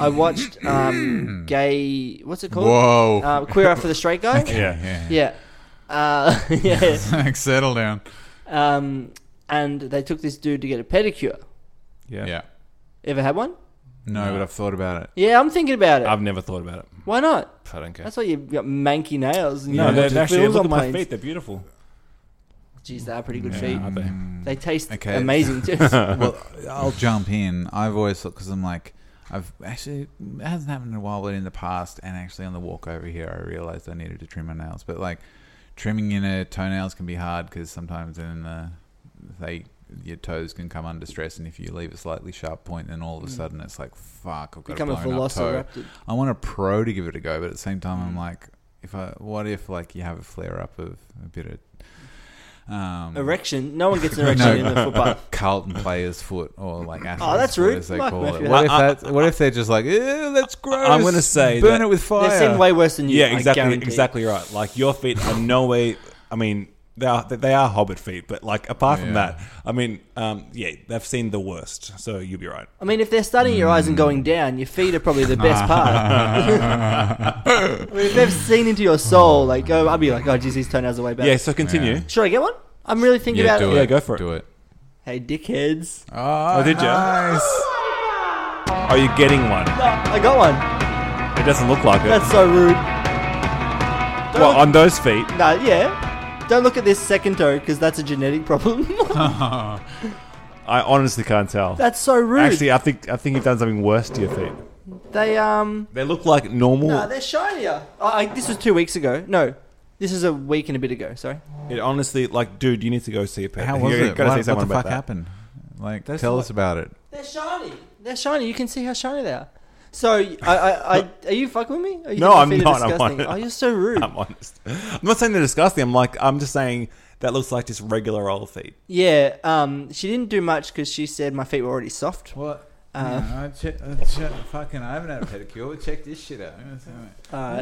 [SPEAKER 5] I watched um, gay. What's it called?
[SPEAKER 1] Whoa.
[SPEAKER 5] Uh, Queer Eye for the Straight Guy.
[SPEAKER 4] Yeah.
[SPEAKER 1] yeah.
[SPEAKER 5] Yeah. Uh, yeah.
[SPEAKER 1] Like, Settle down.
[SPEAKER 5] Um, and they took this dude to get a pedicure.
[SPEAKER 4] Yeah.
[SPEAKER 1] Yeah.
[SPEAKER 5] Ever had one?
[SPEAKER 1] No, but I've thought about it.
[SPEAKER 5] Yeah, I'm thinking about it.
[SPEAKER 4] I've never thought about it.
[SPEAKER 5] Why not?
[SPEAKER 4] Um, I don't care.
[SPEAKER 5] That's why you've got manky nails. And you
[SPEAKER 4] no,
[SPEAKER 5] know,
[SPEAKER 4] they're,
[SPEAKER 5] just
[SPEAKER 4] they're actually
[SPEAKER 5] fills
[SPEAKER 4] look
[SPEAKER 5] on
[SPEAKER 4] at my
[SPEAKER 5] planes.
[SPEAKER 4] feet. They're beautiful.
[SPEAKER 5] Jeez, they are pretty good feet.
[SPEAKER 4] Yeah, aren't they?
[SPEAKER 5] They taste
[SPEAKER 1] Okay.
[SPEAKER 5] amazing too. yeah,
[SPEAKER 1] well, I'll jump in. I've always thought because I'm like, I've actually it hasn't happened in a while, but in the past, and actually on the walk over here, I realized I needed to trim my nails. But like, trimming inner toenails can be hard because sometimes then the they your toes can come under stress, and if you leave a slightly sharp point, then all of a sudden it's like, fuck, I've got
[SPEAKER 5] Mm. Become a
[SPEAKER 1] a blown up toe.
[SPEAKER 5] velociraptor.
[SPEAKER 1] I want a pro to give it a go, but at the same time,
[SPEAKER 5] Mm.
[SPEAKER 1] I'm like, if I what if like you have a flare up of a bit of um,
[SPEAKER 5] erection. No one gets an erection
[SPEAKER 1] No.
[SPEAKER 5] in the footpath.
[SPEAKER 1] Carlton player's foot or like athlete's
[SPEAKER 5] Oh, that's
[SPEAKER 1] foot,
[SPEAKER 5] rude.
[SPEAKER 1] as they
[SPEAKER 5] Mike
[SPEAKER 1] call
[SPEAKER 5] Murphy.
[SPEAKER 1] it. What
[SPEAKER 4] I-
[SPEAKER 1] if that? What if they're just like, "Ew, that's gross"?
[SPEAKER 4] I'm gonna say
[SPEAKER 1] burn
[SPEAKER 4] that-
[SPEAKER 1] it with
[SPEAKER 5] They've
[SPEAKER 1] fire.
[SPEAKER 5] seen way worse than you.
[SPEAKER 4] Yeah, exactly,
[SPEAKER 5] I guarantee.
[SPEAKER 4] exactly right. Like your feet are no way. I mean, They are they are hobbit feet, but like apart from
[SPEAKER 1] Yeah.
[SPEAKER 4] that, I mean, um, yeah, they've seen the worst, so you'll be right.
[SPEAKER 5] I mean, if they're studying your eyes and
[SPEAKER 1] Hmm.
[SPEAKER 5] going down, your feet are probably the best part. I mean, if they've seen into your soul, like, go, I'd be like, oh, geez, his toenails are way better.
[SPEAKER 4] Yeah, so continue.
[SPEAKER 1] Yeah.
[SPEAKER 5] Should I get one? I'm really thinking
[SPEAKER 1] Yeah,
[SPEAKER 5] about
[SPEAKER 1] do
[SPEAKER 5] it.
[SPEAKER 1] it.
[SPEAKER 4] Yeah, go for it.
[SPEAKER 1] Do it.
[SPEAKER 5] Hey, dickheads.
[SPEAKER 1] Oh,
[SPEAKER 4] did ya?
[SPEAKER 1] Nice.
[SPEAKER 4] Are you getting one?
[SPEAKER 1] Ah.
[SPEAKER 5] I got one.
[SPEAKER 4] It doesn't look like it.
[SPEAKER 5] That's so rude. Don't
[SPEAKER 4] Well,
[SPEAKER 5] look-
[SPEAKER 4] on those feet,
[SPEAKER 5] Nah, yeah. Don't look at this second toe because that's a genetic problem.
[SPEAKER 4] I honestly can't tell.
[SPEAKER 5] that's so rude.
[SPEAKER 4] Actually, I think I think you've done something worse to your feet.
[SPEAKER 5] they um.
[SPEAKER 4] They look like normal.
[SPEAKER 5] Nah, they're shinier. Oh, I, this was two weeks ago. No, this is a week and a bit ago. Sorry.
[SPEAKER 4] it honestly, like, dude, you need to go see a pet.
[SPEAKER 1] How
[SPEAKER 4] You
[SPEAKER 1] was it?
[SPEAKER 4] gotta see
[SPEAKER 1] What, what
[SPEAKER 4] someone
[SPEAKER 1] the
[SPEAKER 4] about
[SPEAKER 1] fuck
[SPEAKER 4] that.
[SPEAKER 1] happened? Like, tell us about it.
[SPEAKER 5] They're shiny. They're shiny. You can see how shiny they are. So, I, I, I, are you fucking with me? Are
[SPEAKER 4] No,
[SPEAKER 5] you think your
[SPEAKER 4] I'm
[SPEAKER 5] feet are
[SPEAKER 4] not. I'm
[SPEAKER 5] disgusting?
[SPEAKER 4] on-
[SPEAKER 5] Oh, you're so rude.
[SPEAKER 4] I'm honest. I'm not saying they're disgusting. I'm like, I'm just saying that looks like just regular old feet.
[SPEAKER 5] Yeah. Um. She didn't do much because she said my feet were already soft.
[SPEAKER 1] What?
[SPEAKER 5] Uh,
[SPEAKER 1] I che- I che- fucking, I haven't had a pedicure. Check this shit out.
[SPEAKER 5] Uh,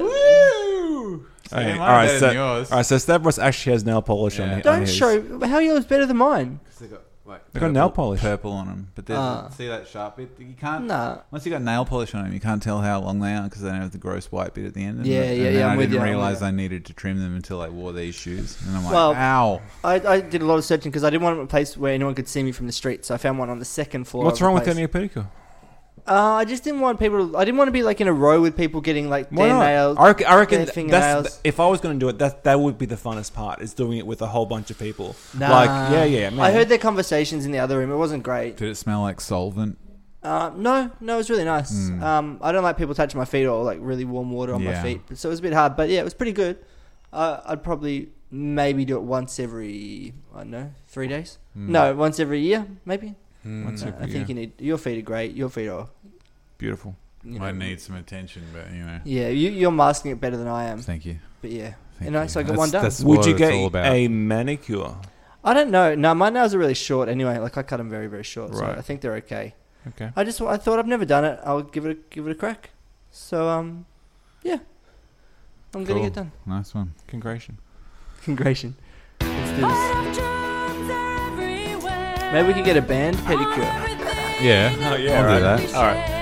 [SPEAKER 1] Woo! So
[SPEAKER 4] Okay,
[SPEAKER 1] you like
[SPEAKER 4] all right,
[SPEAKER 1] better
[SPEAKER 4] so
[SPEAKER 1] than yours.
[SPEAKER 4] all right, so Stavros actually has nail polish on
[SPEAKER 1] Yeah.
[SPEAKER 4] on.
[SPEAKER 5] don't
[SPEAKER 4] his.
[SPEAKER 5] show. How yours better than mine?
[SPEAKER 1] They got, like,
[SPEAKER 4] They got nail
[SPEAKER 1] purple-
[SPEAKER 4] polish.
[SPEAKER 1] Purple on them. But there's,
[SPEAKER 5] Ah.
[SPEAKER 1] see that sharp bit? You can't.
[SPEAKER 5] Nah.
[SPEAKER 1] Once you got nail polish on them, you can't tell how long they are because they don't have the gross white bit at the end. And
[SPEAKER 5] Yeah,
[SPEAKER 1] the- and
[SPEAKER 5] yeah,
[SPEAKER 1] then
[SPEAKER 5] yeah, I'm
[SPEAKER 1] I
[SPEAKER 5] with
[SPEAKER 1] didn't
[SPEAKER 5] you, I'm with
[SPEAKER 1] realize
[SPEAKER 5] you.
[SPEAKER 1] I needed to trim them until I wore these shoes, and I'm like,
[SPEAKER 5] Well-
[SPEAKER 1] ow.
[SPEAKER 5] I, I did a lot of searching because I didn't want a place where anyone could see me from the street. So I found one on the second floor.
[SPEAKER 4] What's
[SPEAKER 5] of the
[SPEAKER 4] wrong with
[SPEAKER 5] place.
[SPEAKER 4] getting a pedicure?
[SPEAKER 5] Uh, I just didn't want people. To, I didn't want to be like in a row with people getting like
[SPEAKER 4] Why
[SPEAKER 5] their
[SPEAKER 4] not?
[SPEAKER 5] nails.
[SPEAKER 4] I reckon, I reckon
[SPEAKER 5] their
[SPEAKER 4] th-
[SPEAKER 5] fingernails.
[SPEAKER 4] that's, th- if I was going to do it, that that would be the funnest part is doing it with a whole bunch of people.
[SPEAKER 5] Nah.
[SPEAKER 4] Like, yeah, yeah. Man.
[SPEAKER 5] I heard their conversations in the other room. It wasn't great.
[SPEAKER 1] Did it smell like solvent?
[SPEAKER 5] Uh, no, no, it was really nice. Um, I don't like people touching my feet or like really warm water on my
[SPEAKER 1] Yeah.
[SPEAKER 5] feet, so it was a bit hard. But yeah, it was pretty good. Uh, I'd probably maybe do it once every I don't know three days.
[SPEAKER 1] Mm. Hmm.
[SPEAKER 5] No, once every year maybe.
[SPEAKER 1] What's
[SPEAKER 5] No, I think you need your feet are great. Your feet are.
[SPEAKER 4] beautiful.
[SPEAKER 5] You know,
[SPEAKER 1] I need some attention, but you know.
[SPEAKER 5] Yeah, you, you're masking it better than I am.
[SPEAKER 1] Thank you.
[SPEAKER 5] But yeah,
[SPEAKER 1] Thank
[SPEAKER 5] and I, so I
[SPEAKER 1] you.
[SPEAKER 5] got one done.
[SPEAKER 1] That's
[SPEAKER 4] Would
[SPEAKER 1] what
[SPEAKER 4] you
[SPEAKER 1] it's
[SPEAKER 4] get
[SPEAKER 1] all about.
[SPEAKER 4] a manicure?
[SPEAKER 5] I don't know. No, my nails are really short anyway. Like I cut them very, very short.
[SPEAKER 4] Right.
[SPEAKER 5] So I think they're okay.
[SPEAKER 4] Okay.
[SPEAKER 5] I just I thought I've never done it. I'll give it a, give it a crack. So um, yeah, I'm gonna
[SPEAKER 1] Cool.
[SPEAKER 5] get done.
[SPEAKER 1] Nice one.
[SPEAKER 4] Congration.
[SPEAKER 5] Congration. Let's do this. Maybe
[SPEAKER 2] Maybe
[SPEAKER 5] we could get a band pedicure.
[SPEAKER 2] pedicure.
[SPEAKER 1] Yeah.
[SPEAKER 4] Oh, yeah,
[SPEAKER 1] I'll
[SPEAKER 4] all right.
[SPEAKER 1] do that.
[SPEAKER 4] All right.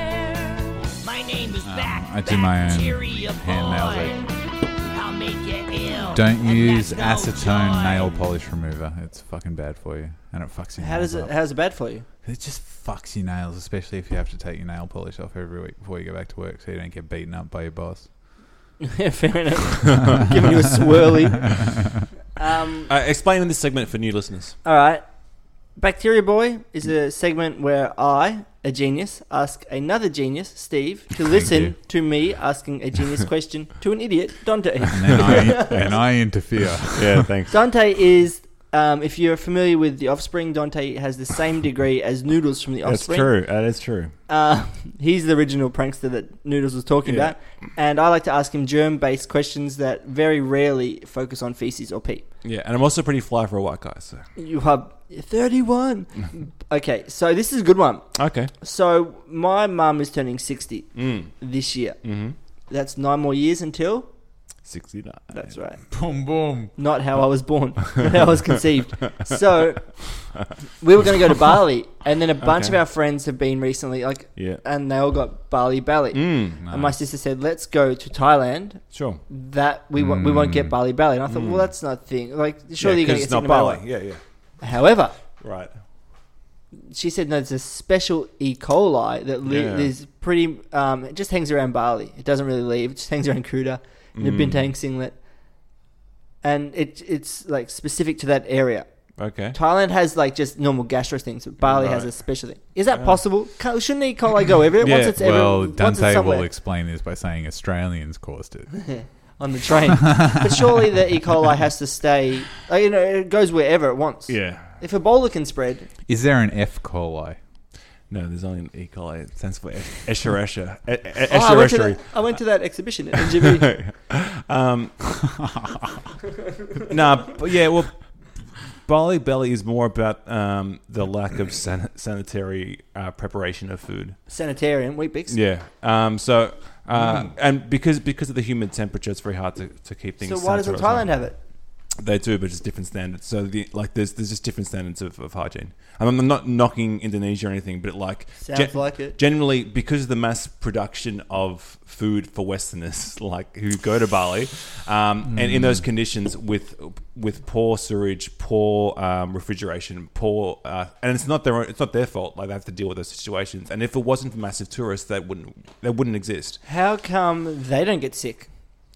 [SPEAKER 8] My name is
[SPEAKER 1] Um,
[SPEAKER 8] back.
[SPEAKER 1] I do my own
[SPEAKER 8] Bacteria
[SPEAKER 1] hand nails.
[SPEAKER 8] boy. I'll make you ill.
[SPEAKER 1] Don't
[SPEAKER 8] and
[SPEAKER 1] use
[SPEAKER 8] that's no
[SPEAKER 1] acetone
[SPEAKER 8] joy.
[SPEAKER 1] nail polish remover. It's fucking bad for you, and it fucks your
[SPEAKER 5] How
[SPEAKER 1] nails
[SPEAKER 5] does it?
[SPEAKER 1] up.
[SPEAKER 5] How's it bad for you?
[SPEAKER 1] It just fucks your nails, especially if you have to take your nail polish off every week before you go back to work, so you don't get beaten up by your boss.
[SPEAKER 5] Yeah, Fair enough. Giving you a swirly. Um,
[SPEAKER 4] Uh, explain this segment for new listeners.
[SPEAKER 5] all right. Bacteria Boy is a segment where I, a genius, ask another genius, Steve, to
[SPEAKER 1] you.
[SPEAKER 5] listen to me asking a genius question to an idiot, Dante.
[SPEAKER 1] And then I, and I interfere.
[SPEAKER 4] Yeah, thanks.
[SPEAKER 5] Dante is, um, if you're familiar with The Offspring, Dante has the same degree as Noodles from The
[SPEAKER 4] That's
[SPEAKER 5] Offspring.
[SPEAKER 4] true. That is true.
[SPEAKER 5] Uh, he's the original prankster that Noodles was talking
[SPEAKER 4] Yeah.
[SPEAKER 5] about. And I like to ask him germ based questions that very rarely focus on feces or pee.
[SPEAKER 4] Yeah, and I'm also pretty fly for a white guy. So
[SPEAKER 5] You have 31. okay, so this is a good one.
[SPEAKER 4] okay.
[SPEAKER 5] So my mum is turning 60
[SPEAKER 4] Mm,
[SPEAKER 5] this year. Mm-hmm. That's nine more years until.
[SPEAKER 4] Sixty nine.
[SPEAKER 5] That's right.
[SPEAKER 1] boom, boom.
[SPEAKER 5] Not how I was born, not how I was conceived. So we were going to go to Bali, and then a bunch
[SPEAKER 4] Okay.
[SPEAKER 5] of our friends have been recently, like,
[SPEAKER 4] Yeah.
[SPEAKER 5] and they all got Bali Bali.
[SPEAKER 4] Mm,
[SPEAKER 5] And my sister said, "Let's go to Thailand.
[SPEAKER 4] sure.
[SPEAKER 5] That we won't, we won't get Bali Bali." And I thought, well, that's not a thing. Like, surely
[SPEAKER 4] Mm. yeah, 'cause
[SPEAKER 5] you're going to
[SPEAKER 4] it's
[SPEAKER 5] get
[SPEAKER 4] not
[SPEAKER 5] sick no matter
[SPEAKER 4] Bali. Yeah, yeah.
[SPEAKER 5] what. However,
[SPEAKER 4] Right.
[SPEAKER 5] she said no, there's a special E. coli that li-
[SPEAKER 4] Yeah.
[SPEAKER 5] is pretty. Um, it just hangs around Bali. It doesn't really leave. It just hangs around Kuta in
[SPEAKER 4] Mm.
[SPEAKER 5] a Bintang singlet, and it it's like specific to that area.
[SPEAKER 4] Okay.
[SPEAKER 5] Thailand has like just normal gastro things, but Bali has
[SPEAKER 4] Right.
[SPEAKER 5] a special thing. Is that possible? Ca- Shouldn't E. coli go everywhere?
[SPEAKER 4] Yeah.
[SPEAKER 5] Once it's everywhere,
[SPEAKER 1] Well,
[SPEAKER 5] once it's
[SPEAKER 1] Dante
[SPEAKER 5] somewhere.
[SPEAKER 1] will explain this by saying Australians caused it.
[SPEAKER 5] on the train. but surely the E. coli has to stay. Like, you know, it goes wherever it wants.
[SPEAKER 4] Yeah.
[SPEAKER 5] If Ebola can spread,
[SPEAKER 1] Is there an F coli?
[SPEAKER 4] No, there's only an E. coli. It stands for Escher Escher. E- e-
[SPEAKER 5] oh,
[SPEAKER 4] Escher
[SPEAKER 5] I, went to that,
[SPEAKER 4] Escher.
[SPEAKER 5] I went to that exhibition at NGV.
[SPEAKER 4] Um, nah, but yeah, well, Bali Belly is more about um, the lack of san- sanitary uh, preparation of food.
[SPEAKER 5] sanitarium, Weet-Bix.
[SPEAKER 4] Yeah. Um, so, uh, and because because of the humid temperature, it's very hard to, to keep things.
[SPEAKER 5] So why doesn't
[SPEAKER 4] sanitary.
[SPEAKER 5] Thailand have it?
[SPEAKER 4] They do, but just different standards. So the, like, there's there's just different standards of, of hygiene. And I'm not knocking Indonesia or anything, but like,
[SPEAKER 5] Sounds like it.
[SPEAKER 4] Generally, because of the mass production of food for Westerners, like who go to Bali, um, and in those conditions with with poor sewage, poor um, refrigeration, poor, uh, and it's not their own, it's not their fault. Like they have to deal with those situations. And if it wasn't for massive tourists, that wouldn't they wouldn't exist.
[SPEAKER 5] How come they don't get sick?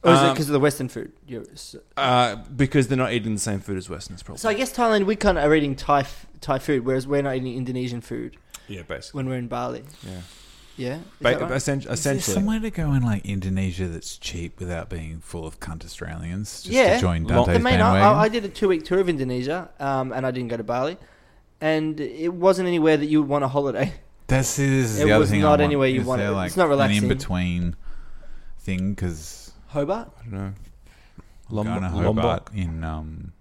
[SPEAKER 5] Or is it
[SPEAKER 4] Um,
[SPEAKER 5] because of the Western food? You're- So
[SPEAKER 4] Uh, because they're not eating the same food as Westerners, probably.
[SPEAKER 5] so I guess Thailand, we kind of are eating Thai, f- Thai food, whereas we're not eating Indonesian food
[SPEAKER 4] yeah, basically.
[SPEAKER 5] when we're in Bali.
[SPEAKER 4] Yeah.
[SPEAKER 5] Yeah?
[SPEAKER 4] Ba-
[SPEAKER 5] Is that right?
[SPEAKER 4] essen-
[SPEAKER 1] There's
[SPEAKER 4] essentially,
[SPEAKER 1] somewhere to go in like Indonesia that's cheap without being full of cunt Australians. Just
[SPEAKER 5] yeah.
[SPEAKER 1] to join
[SPEAKER 4] Well,
[SPEAKER 1] Dante's
[SPEAKER 5] the main, I,
[SPEAKER 1] bandwagon.
[SPEAKER 4] eh?
[SPEAKER 5] I- I did a two-week tour of Indonesia, um, and I didn't go to Bali. And it wasn't anywhere that you would want a holiday.
[SPEAKER 1] That's this is
[SPEAKER 5] It
[SPEAKER 1] the other
[SPEAKER 5] was
[SPEAKER 1] thing.
[SPEAKER 5] not
[SPEAKER 1] I want.
[SPEAKER 5] anywhere you
[SPEAKER 1] Is
[SPEAKER 5] wanted.
[SPEAKER 1] there, like,
[SPEAKER 5] It's not relaxing.
[SPEAKER 1] An in between thing because
[SPEAKER 5] Hobart?
[SPEAKER 4] I don't know.
[SPEAKER 1] going to
[SPEAKER 4] Lombok.
[SPEAKER 1] Hobart in um,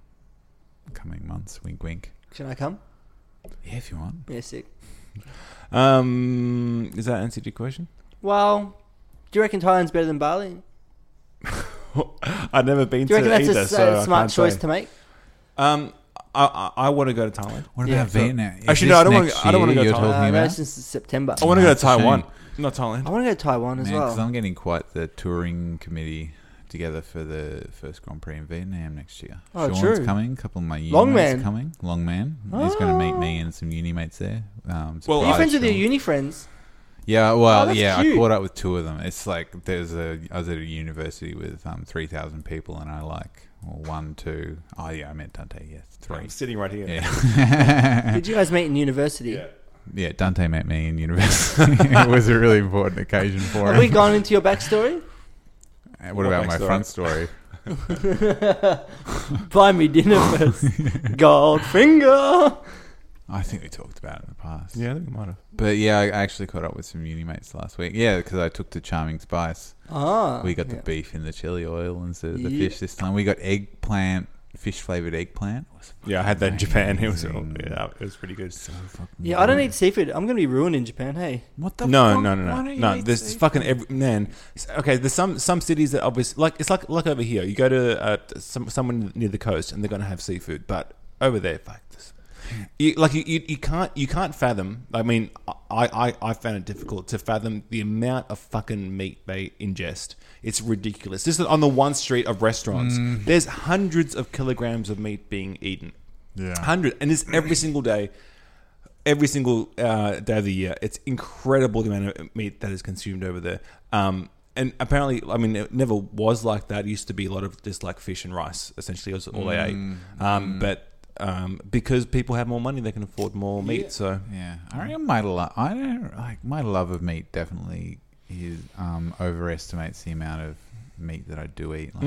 [SPEAKER 1] coming months. Wink, wink.
[SPEAKER 5] Can I come?
[SPEAKER 1] Yeah, if you want.
[SPEAKER 5] Yeah, sick.
[SPEAKER 4] Um, is that answered your question?
[SPEAKER 5] Well, do you reckon Thailand's better than Bali?
[SPEAKER 4] I've never been
[SPEAKER 5] Do you
[SPEAKER 4] to
[SPEAKER 5] reckon that's
[SPEAKER 4] either,
[SPEAKER 5] a, s-
[SPEAKER 4] so
[SPEAKER 5] a
[SPEAKER 4] I
[SPEAKER 5] smart
[SPEAKER 4] can't
[SPEAKER 5] choice
[SPEAKER 4] say.
[SPEAKER 5] to make?
[SPEAKER 4] Um, I I, I want to go to Thailand.
[SPEAKER 1] What
[SPEAKER 5] Yeah,
[SPEAKER 1] about
[SPEAKER 5] sure.
[SPEAKER 1] Vietnam? Is this
[SPEAKER 4] Actually, no, I don't wanna-
[SPEAKER 1] next
[SPEAKER 4] I don't wanna
[SPEAKER 1] year
[SPEAKER 4] go
[SPEAKER 1] You're
[SPEAKER 4] to
[SPEAKER 1] talking
[SPEAKER 4] Thailand.
[SPEAKER 5] Uh,
[SPEAKER 1] about.
[SPEAKER 5] no, since September.
[SPEAKER 4] I want to go to
[SPEAKER 1] That's a shame.
[SPEAKER 4] Taiwan, not Thailand.
[SPEAKER 5] I want to go to Taiwan as
[SPEAKER 1] Man, 'cause
[SPEAKER 5] well.
[SPEAKER 1] I'm getting quite the touring committee together for the first Grand Prix in Vietnam next year.
[SPEAKER 5] Oh,
[SPEAKER 1] Sean's
[SPEAKER 5] true.
[SPEAKER 1] coming. A couple of my uni
[SPEAKER 5] Long
[SPEAKER 1] mates
[SPEAKER 5] man.
[SPEAKER 1] coming. Long man. He's going to meet me and some uni mates there. Um,
[SPEAKER 4] Well,
[SPEAKER 5] Are
[SPEAKER 1] surprise
[SPEAKER 5] you friends with your
[SPEAKER 1] Sean.
[SPEAKER 5] uni friends?
[SPEAKER 1] Yeah,
[SPEAKER 5] Oh,
[SPEAKER 1] well,
[SPEAKER 5] that's
[SPEAKER 1] yeah,
[SPEAKER 5] cute.
[SPEAKER 1] I caught up with two of them. It's like there's a I was at a university with um, three thousand people, and I like well, one, two. Oh yeah, I met Dante. Yeah, three.
[SPEAKER 4] I'm sitting right here.
[SPEAKER 1] Yeah,
[SPEAKER 5] Did you guys meet in university?
[SPEAKER 1] yeah. Dante met me in university. it was a really important occasion for
[SPEAKER 5] Have we
[SPEAKER 1] him.
[SPEAKER 5] gone into your backstory?
[SPEAKER 1] Uh, what about my
[SPEAKER 4] Backstory.
[SPEAKER 1] front story?
[SPEAKER 5] Buy me dinner first. Goldfinger.
[SPEAKER 1] I think we talked about it in the past.
[SPEAKER 4] Yeah, I think we might have.
[SPEAKER 1] but yeah, I actually caught up with some uni mates last week. Yeah, because I took to Charming Spice.
[SPEAKER 5] Ah,
[SPEAKER 4] Oh,
[SPEAKER 1] We got the
[SPEAKER 5] yeah.
[SPEAKER 1] beef in the chili oil instead of the
[SPEAKER 5] Yeah.
[SPEAKER 1] fish this time. We got eggplant, fish flavored eggplant. It was
[SPEAKER 4] Yeah, I had that in Japan. It was
[SPEAKER 1] Amazing.
[SPEAKER 4] yeah, it was pretty good.
[SPEAKER 1] fucking
[SPEAKER 5] Yeah, I don't
[SPEAKER 1] good.
[SPEAKER 5] eat seafood. I'm going to be ruined in Japan. Hey,
[SPEAKER 1] What the
[SPEAKER 4] No,
[SPEAKER 1] fuck?
[SPEAKER 4] no, no, no,
[SPEAKER 1] Why don't you
[SPEAKER 4] no.
[SPEAKER 1] eat
[SPEAKER 4] There's
[SPEAKER 1] seafood?
[SPEAKER 4] fucking every man. s- Okay, there's some some cities that obviously like it's like like over here. You go to uh, t- some someone near the coast and they're gonna have seafood, but over there, like this, you, like you, you, you can't you can't fathom. I mean, I, I I found it difficult to fathom the amount of fucking meat they ingest. It's ridiculous. Just on the one street of restaurants, there's hundreds of kilograms of meat being eaten.
[SPEAKER 1] Yeah.
[SPEAKER 4] hundred, and it's every single day every single uh, day of the year. It's incredible the amount of meat that is consumed over there. Um, and apparently, I mean, it never was like that. It used to be a lot of just like fish and rice, essentially, was all they ate. Um, But um, because people have more money, they can afford more meat. So
[SPEAKER 1] Yeah, I reckon my love. I don't like my love of meat. Definitely, is um, overestimates the amount of meat that I do eat. Like,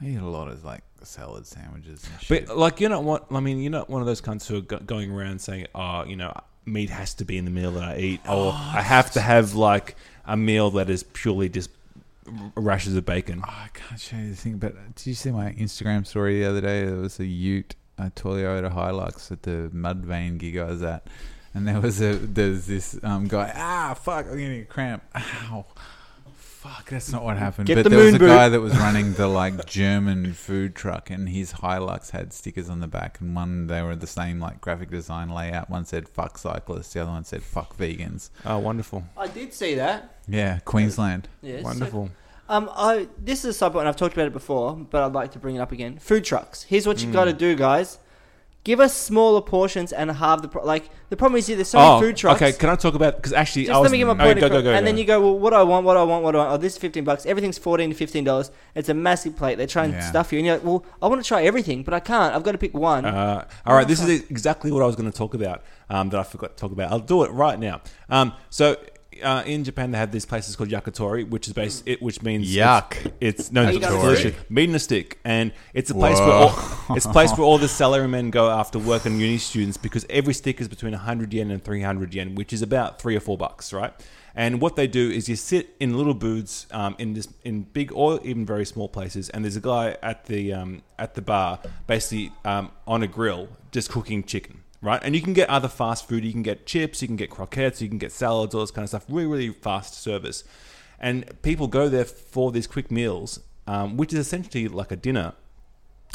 [SPEAKER 1] I eat a lot of like salad sandwiches. And shit.
[SPEAKER 4] But like, you're not what I mean. You're not one of those cunts who are go- going around saying, "Oh, you know, meat has to be in the meal that I eat," or "I have to have like a meal that is purely just rashers of bacon."
[SPEAKER 1] Oh, I can't show you the thing. But did you see my Instagram story the other day? There was a Ute, a Toyota Hilux at the mud vein gig I was at, and there was a there's this um, guy. Ah, fuck! I'm getting a cramp. Ow. Fuck, that's not what happened.
[SPEAKER 5] Get
[SPEAKER 1] but
[SPEAKER 5] the
[SPEAKER 1] there was
[SPEAKER 5] moon
[SPEAKER 1] a
[SPEAKER 5] boot.
[SPEAKER 1] guy that was running the like German food truck, and his Hilux had stickers on the back, and one they were the same like graphic design layout. One said "fuck cyclists," the other one said "fuck vegans."
[SPEAKER 4] Oh, wonderful,
[SPEAKER 5] I did see that.
[SPEAKER 1] Yeah, Queensland.
[SPEAKER 5] Yes.
[SPEAKER 4] wonderful.
[SPEAKER 5] Um, I this is a side point, and I've talked about it before, but I'd like to bring it up again. Food trucks. Here's what you got to
[SPEAKER 4] Mm.
[SPEAKER 5] do, guys. Give us smaller portions and halve the pro- like. The problem is, yeah, there's so many food trucks.
[SPEAKER 4] Oh, Okay, can I talk about because actually
[SPEAKER 5] Just
[SPEAKER 4] I was
[SPEAKER 5] let me get my
[SPEAKER 4] Oh,
[SPEAKER 5] point
[SPEAKER 4] go,
[SPEAKER 5] across,
[SPEAKER 4] go, go,
[SPEAKER 5] and
[SPEAKER 4] go.
[SPEAKER 5] then you go, well, what do I want, what do I want, what do I want. Oh, this is fifteen bucks. Everything's fourteen to fifteen dollars. It's a massive plate. They try and
[SPEAKER 1] Yeah.
[SPEAKER 5] stuff you, and you're like, well, I want to try everything, but I can't. I've got to pick one.
[SPEAKER 4] Uh, all right, this is exactly what I was going to talk about um, that I forgot to talk about. I'll do it right now. Um, so. Uh, in Japan, they have these places called yakitori, which is based, it, which means
[SPEAKER 1] Yuck.
[SPEAKER 4] It's, it's no, it's
[SPEAKER 5] Yakitori.
[SPEAKER 4] delicious. Meat in a stick, and it's a place where all, it's a place where all the salarymen go after work and uni students because every stick is between 100 yen and 300 yen, which is about three or four bucks, right? And what they do is you sit in little booths um, in this in big or even very small places, and there's a guy at the um, at the bar basically um, on a grill just cooking chicken. Right, and you can get other fast food. You can get chips, you can get croquettes, you can get salads, all this kind of stuff. Really, really fast service, and people go there for these quick meals, um, which is essentially like a dinner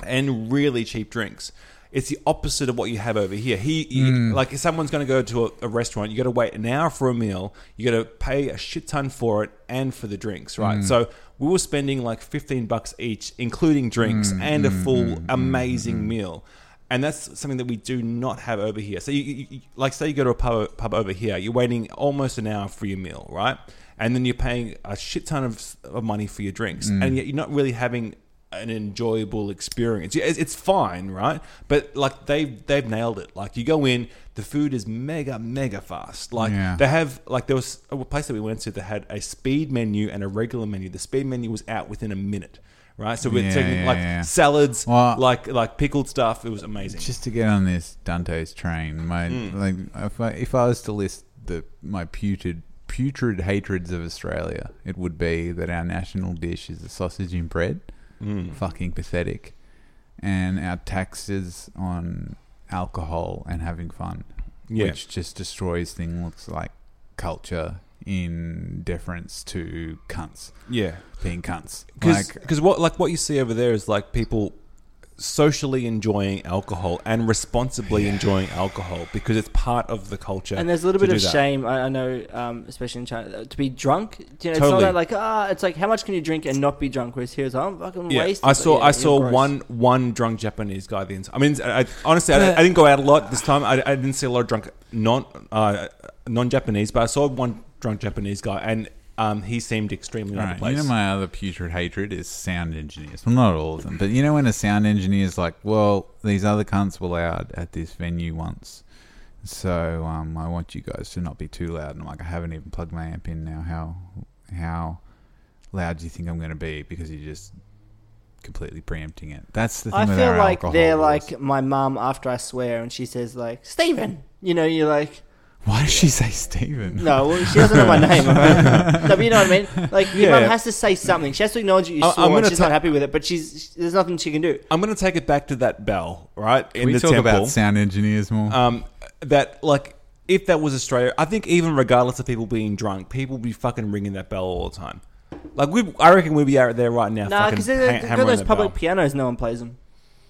[SPEAKER 4] and really cheap drinks. It's the opposite of what you have over here. He, he- like, if someone's going to go to a, a restaurant, you got to wait an hour for a meal. You got to pay a shit ton for it and for the drinks, right? So we were spending like fifteen bucks each, including drinks and a full amazing meal. And that's something that we do not have over here. So, you, you, you- like, say you go to a pub, pub over here, you're waiting almost an hour for your meal, right? And then you're paying a shit ton of, s- of money for your drinks, and yet you're not really having an enjoyable experience. Yeah, It's it's fine, right? But like they've they've nailed it. Like you go in, the food is mega mega fast. Like
[SPEAKER 1] Yeah.
[SPEAKER 4] they have like there was a place that we went to that had a speed menu and a regular menu. The speed menu was out within a minute, right? So we're
[SPEAKER 1] Yeah,
[SPEAKER 4] taking
[SPEAKER 1] yeah,
[SPEAKER 4] like
[SPEAKER 1] yeah.
[SPEAKER 4] salads,
[SPEAKER 1] Well-
[SPEAKER 4] like like pickled stuff. It was amazing.
[SPEAKER 1] just to get on this Dante's train, my like if I, if I was to list the my putrid putrid hatreds of Australia, it would be that our national dish is the sausage and bread, fucking pathetic, and our taxes on alcohol and having fun,
[SPEAKER 4] Yeah.
[SPEAKER 1] which just destroys things looks like culture in deference to cunts
[SPEAKER 4] yeah.
[SPEAKER 1] being cunts.
[SPEAKER 4] because what like what you see over there is like people socially enjoying alcohol and responsibly enjoying alcohol because it's part of the culture.
[SPEAKER 5] And there's a little
[SPEAKER 4] to
[SPEAKER 5] bit of
[SPEAKER 4] do that.
[SPEAKER 5] shame. I, I know, um, especially in China, to be drunk. You know,
[SPEAKER 4] Totally.
[SPEAKER 5] It's not like ah, it's like how much can you drink and not be drunk? Whereas here it's I'm fucking
[SPEAKER 4] Yeah,
[SPEAKER 5] wasted.
[SPEAKER 4] I saw
[SPEAKER 5] Yeah,
[SPEAKER 4] I
[SPEAKER 5] you're
[SPEAKER 4] saw
[SPEAKER 5] gross.
[SPEAKER 4] one one drunk Japanese guy. The entire, I mean, I, I- honestly, I, I didn't go out a lot this time. I, I didn't see a lot of drunk non uh, non Japanese, but I saw one drunk Japanese guy, and um, he seemed extremely out
[SPEAKER 1] Right.
[SPEAKER 4] of place.
[SPEAKER 1] You know, my other putrid hatred is sound engineers. Well, not all of them, but you know, when a sound engineer's like, well, these other cunts were loud at this venue once. So um, I want you guys to not be too loud. And I'm like, I haven't even plugged my amp in now. How how loud do you think I'm going to be? Because you're just completely preempting it. That's the thing
[SPEAKER 5] I
[SPEAKER 1] with
[SPEAKER 5] feel
[SPEAKER 1] our
[SPEAKER 5] like
[SPEAKER 1] alcohol
[SPEAKER 5] they're
[SPEAKER 1] laws.
[SPEAKER 5] like my mum after I swear, and she says like Stephen. You know, you're like
[SPEAKER 1] Why does she say Steven?
[SPEAKER 5] no, well, she doesn't know my name. no, but you know what I mean. Like your
[SPEAKER 4] Yeah.
[SPEAKER 5] mum has to say something. She has to acknowledge that you
[SPEAKER 4] I- I'm
[SPEAKER 5] swore, and
[SPEAKER 4] gonna
[SPEAKER 5] she's
[SPEAKER 4] ta-
[SPEAKER 5] not happy with it. But she's there's nothing she can do.
[SPEAKER 4] I'm going to take it back to that bell, right? In
[SPEAKER 1] we
[SPEAKER 4] the
[SPEAKER 1] talk
[SPEAKER 4] temple.
[SPEAKER 1] about Uh, sound engineers more.
[SPEAKER 4] um, that like if that was Australia, I think even regardless of people being drunk, people would be fucking ringing that bell all the time. Like we, I reckon we'd be out there right now.
[SPEAKER 5] Nah,
[SPEAKER 4] fucking
[SPEAKER 5] because
[SPEAKER 4] ha-
[SPEAKER 5] they've got
[SPEAKER 4] hammering
[SPEAKER 5] those
[SPEAKER 4] the
[SPEAKER 5] public
[SPEAKER 4] bell.
[SPEAKER 5] pianos. No one plays them.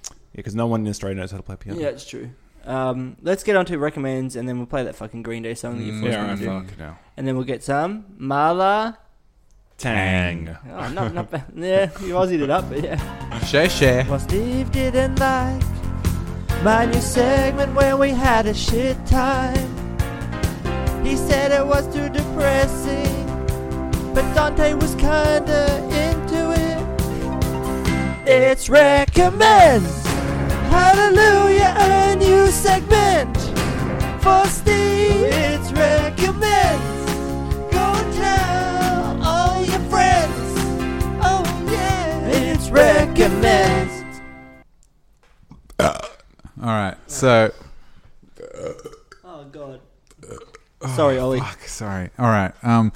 [SPEAKER 4] yeah, because no one in Australia knows how to play piano.
[SPEAKER 5] Yeah, it's true. Um, let's get on to recommends, and then we'll play that fucking Green Day song that you forced
[SPEAKER 4] Mm, yeah,
[SPEAKER 5] me
[SPEAKER 4] right,
[SPEAKER 5] to do.
[SPEAKER 4] fuck no.
[SPEAKER 5] and then we'll get some mala.
[SPEAKER 4] Tang.
[SPEAKER 5] Oh, not, not bad. Yeah, you Aussied it up, but yeah.
[SPEAKER 1] share, share.
[SPEAKER 5] Well, Steve didn't like my new segment where we had a shit time. He said it was too depressing, but Dante was kinda into it. It's recommends. Hallelujah, a new segment for Steve. It's recommends. Go tell all your friends. Oh yeah, it's recommends.
[SPEAKER 1] All right. So
[SPEAKER 5] Oh god.
[SPEAKER 1] Uh, oh,
[SPEAKER 5] Sorry, Ollie.
[SPEAKER 1] Fuck, sorry. All right. Um,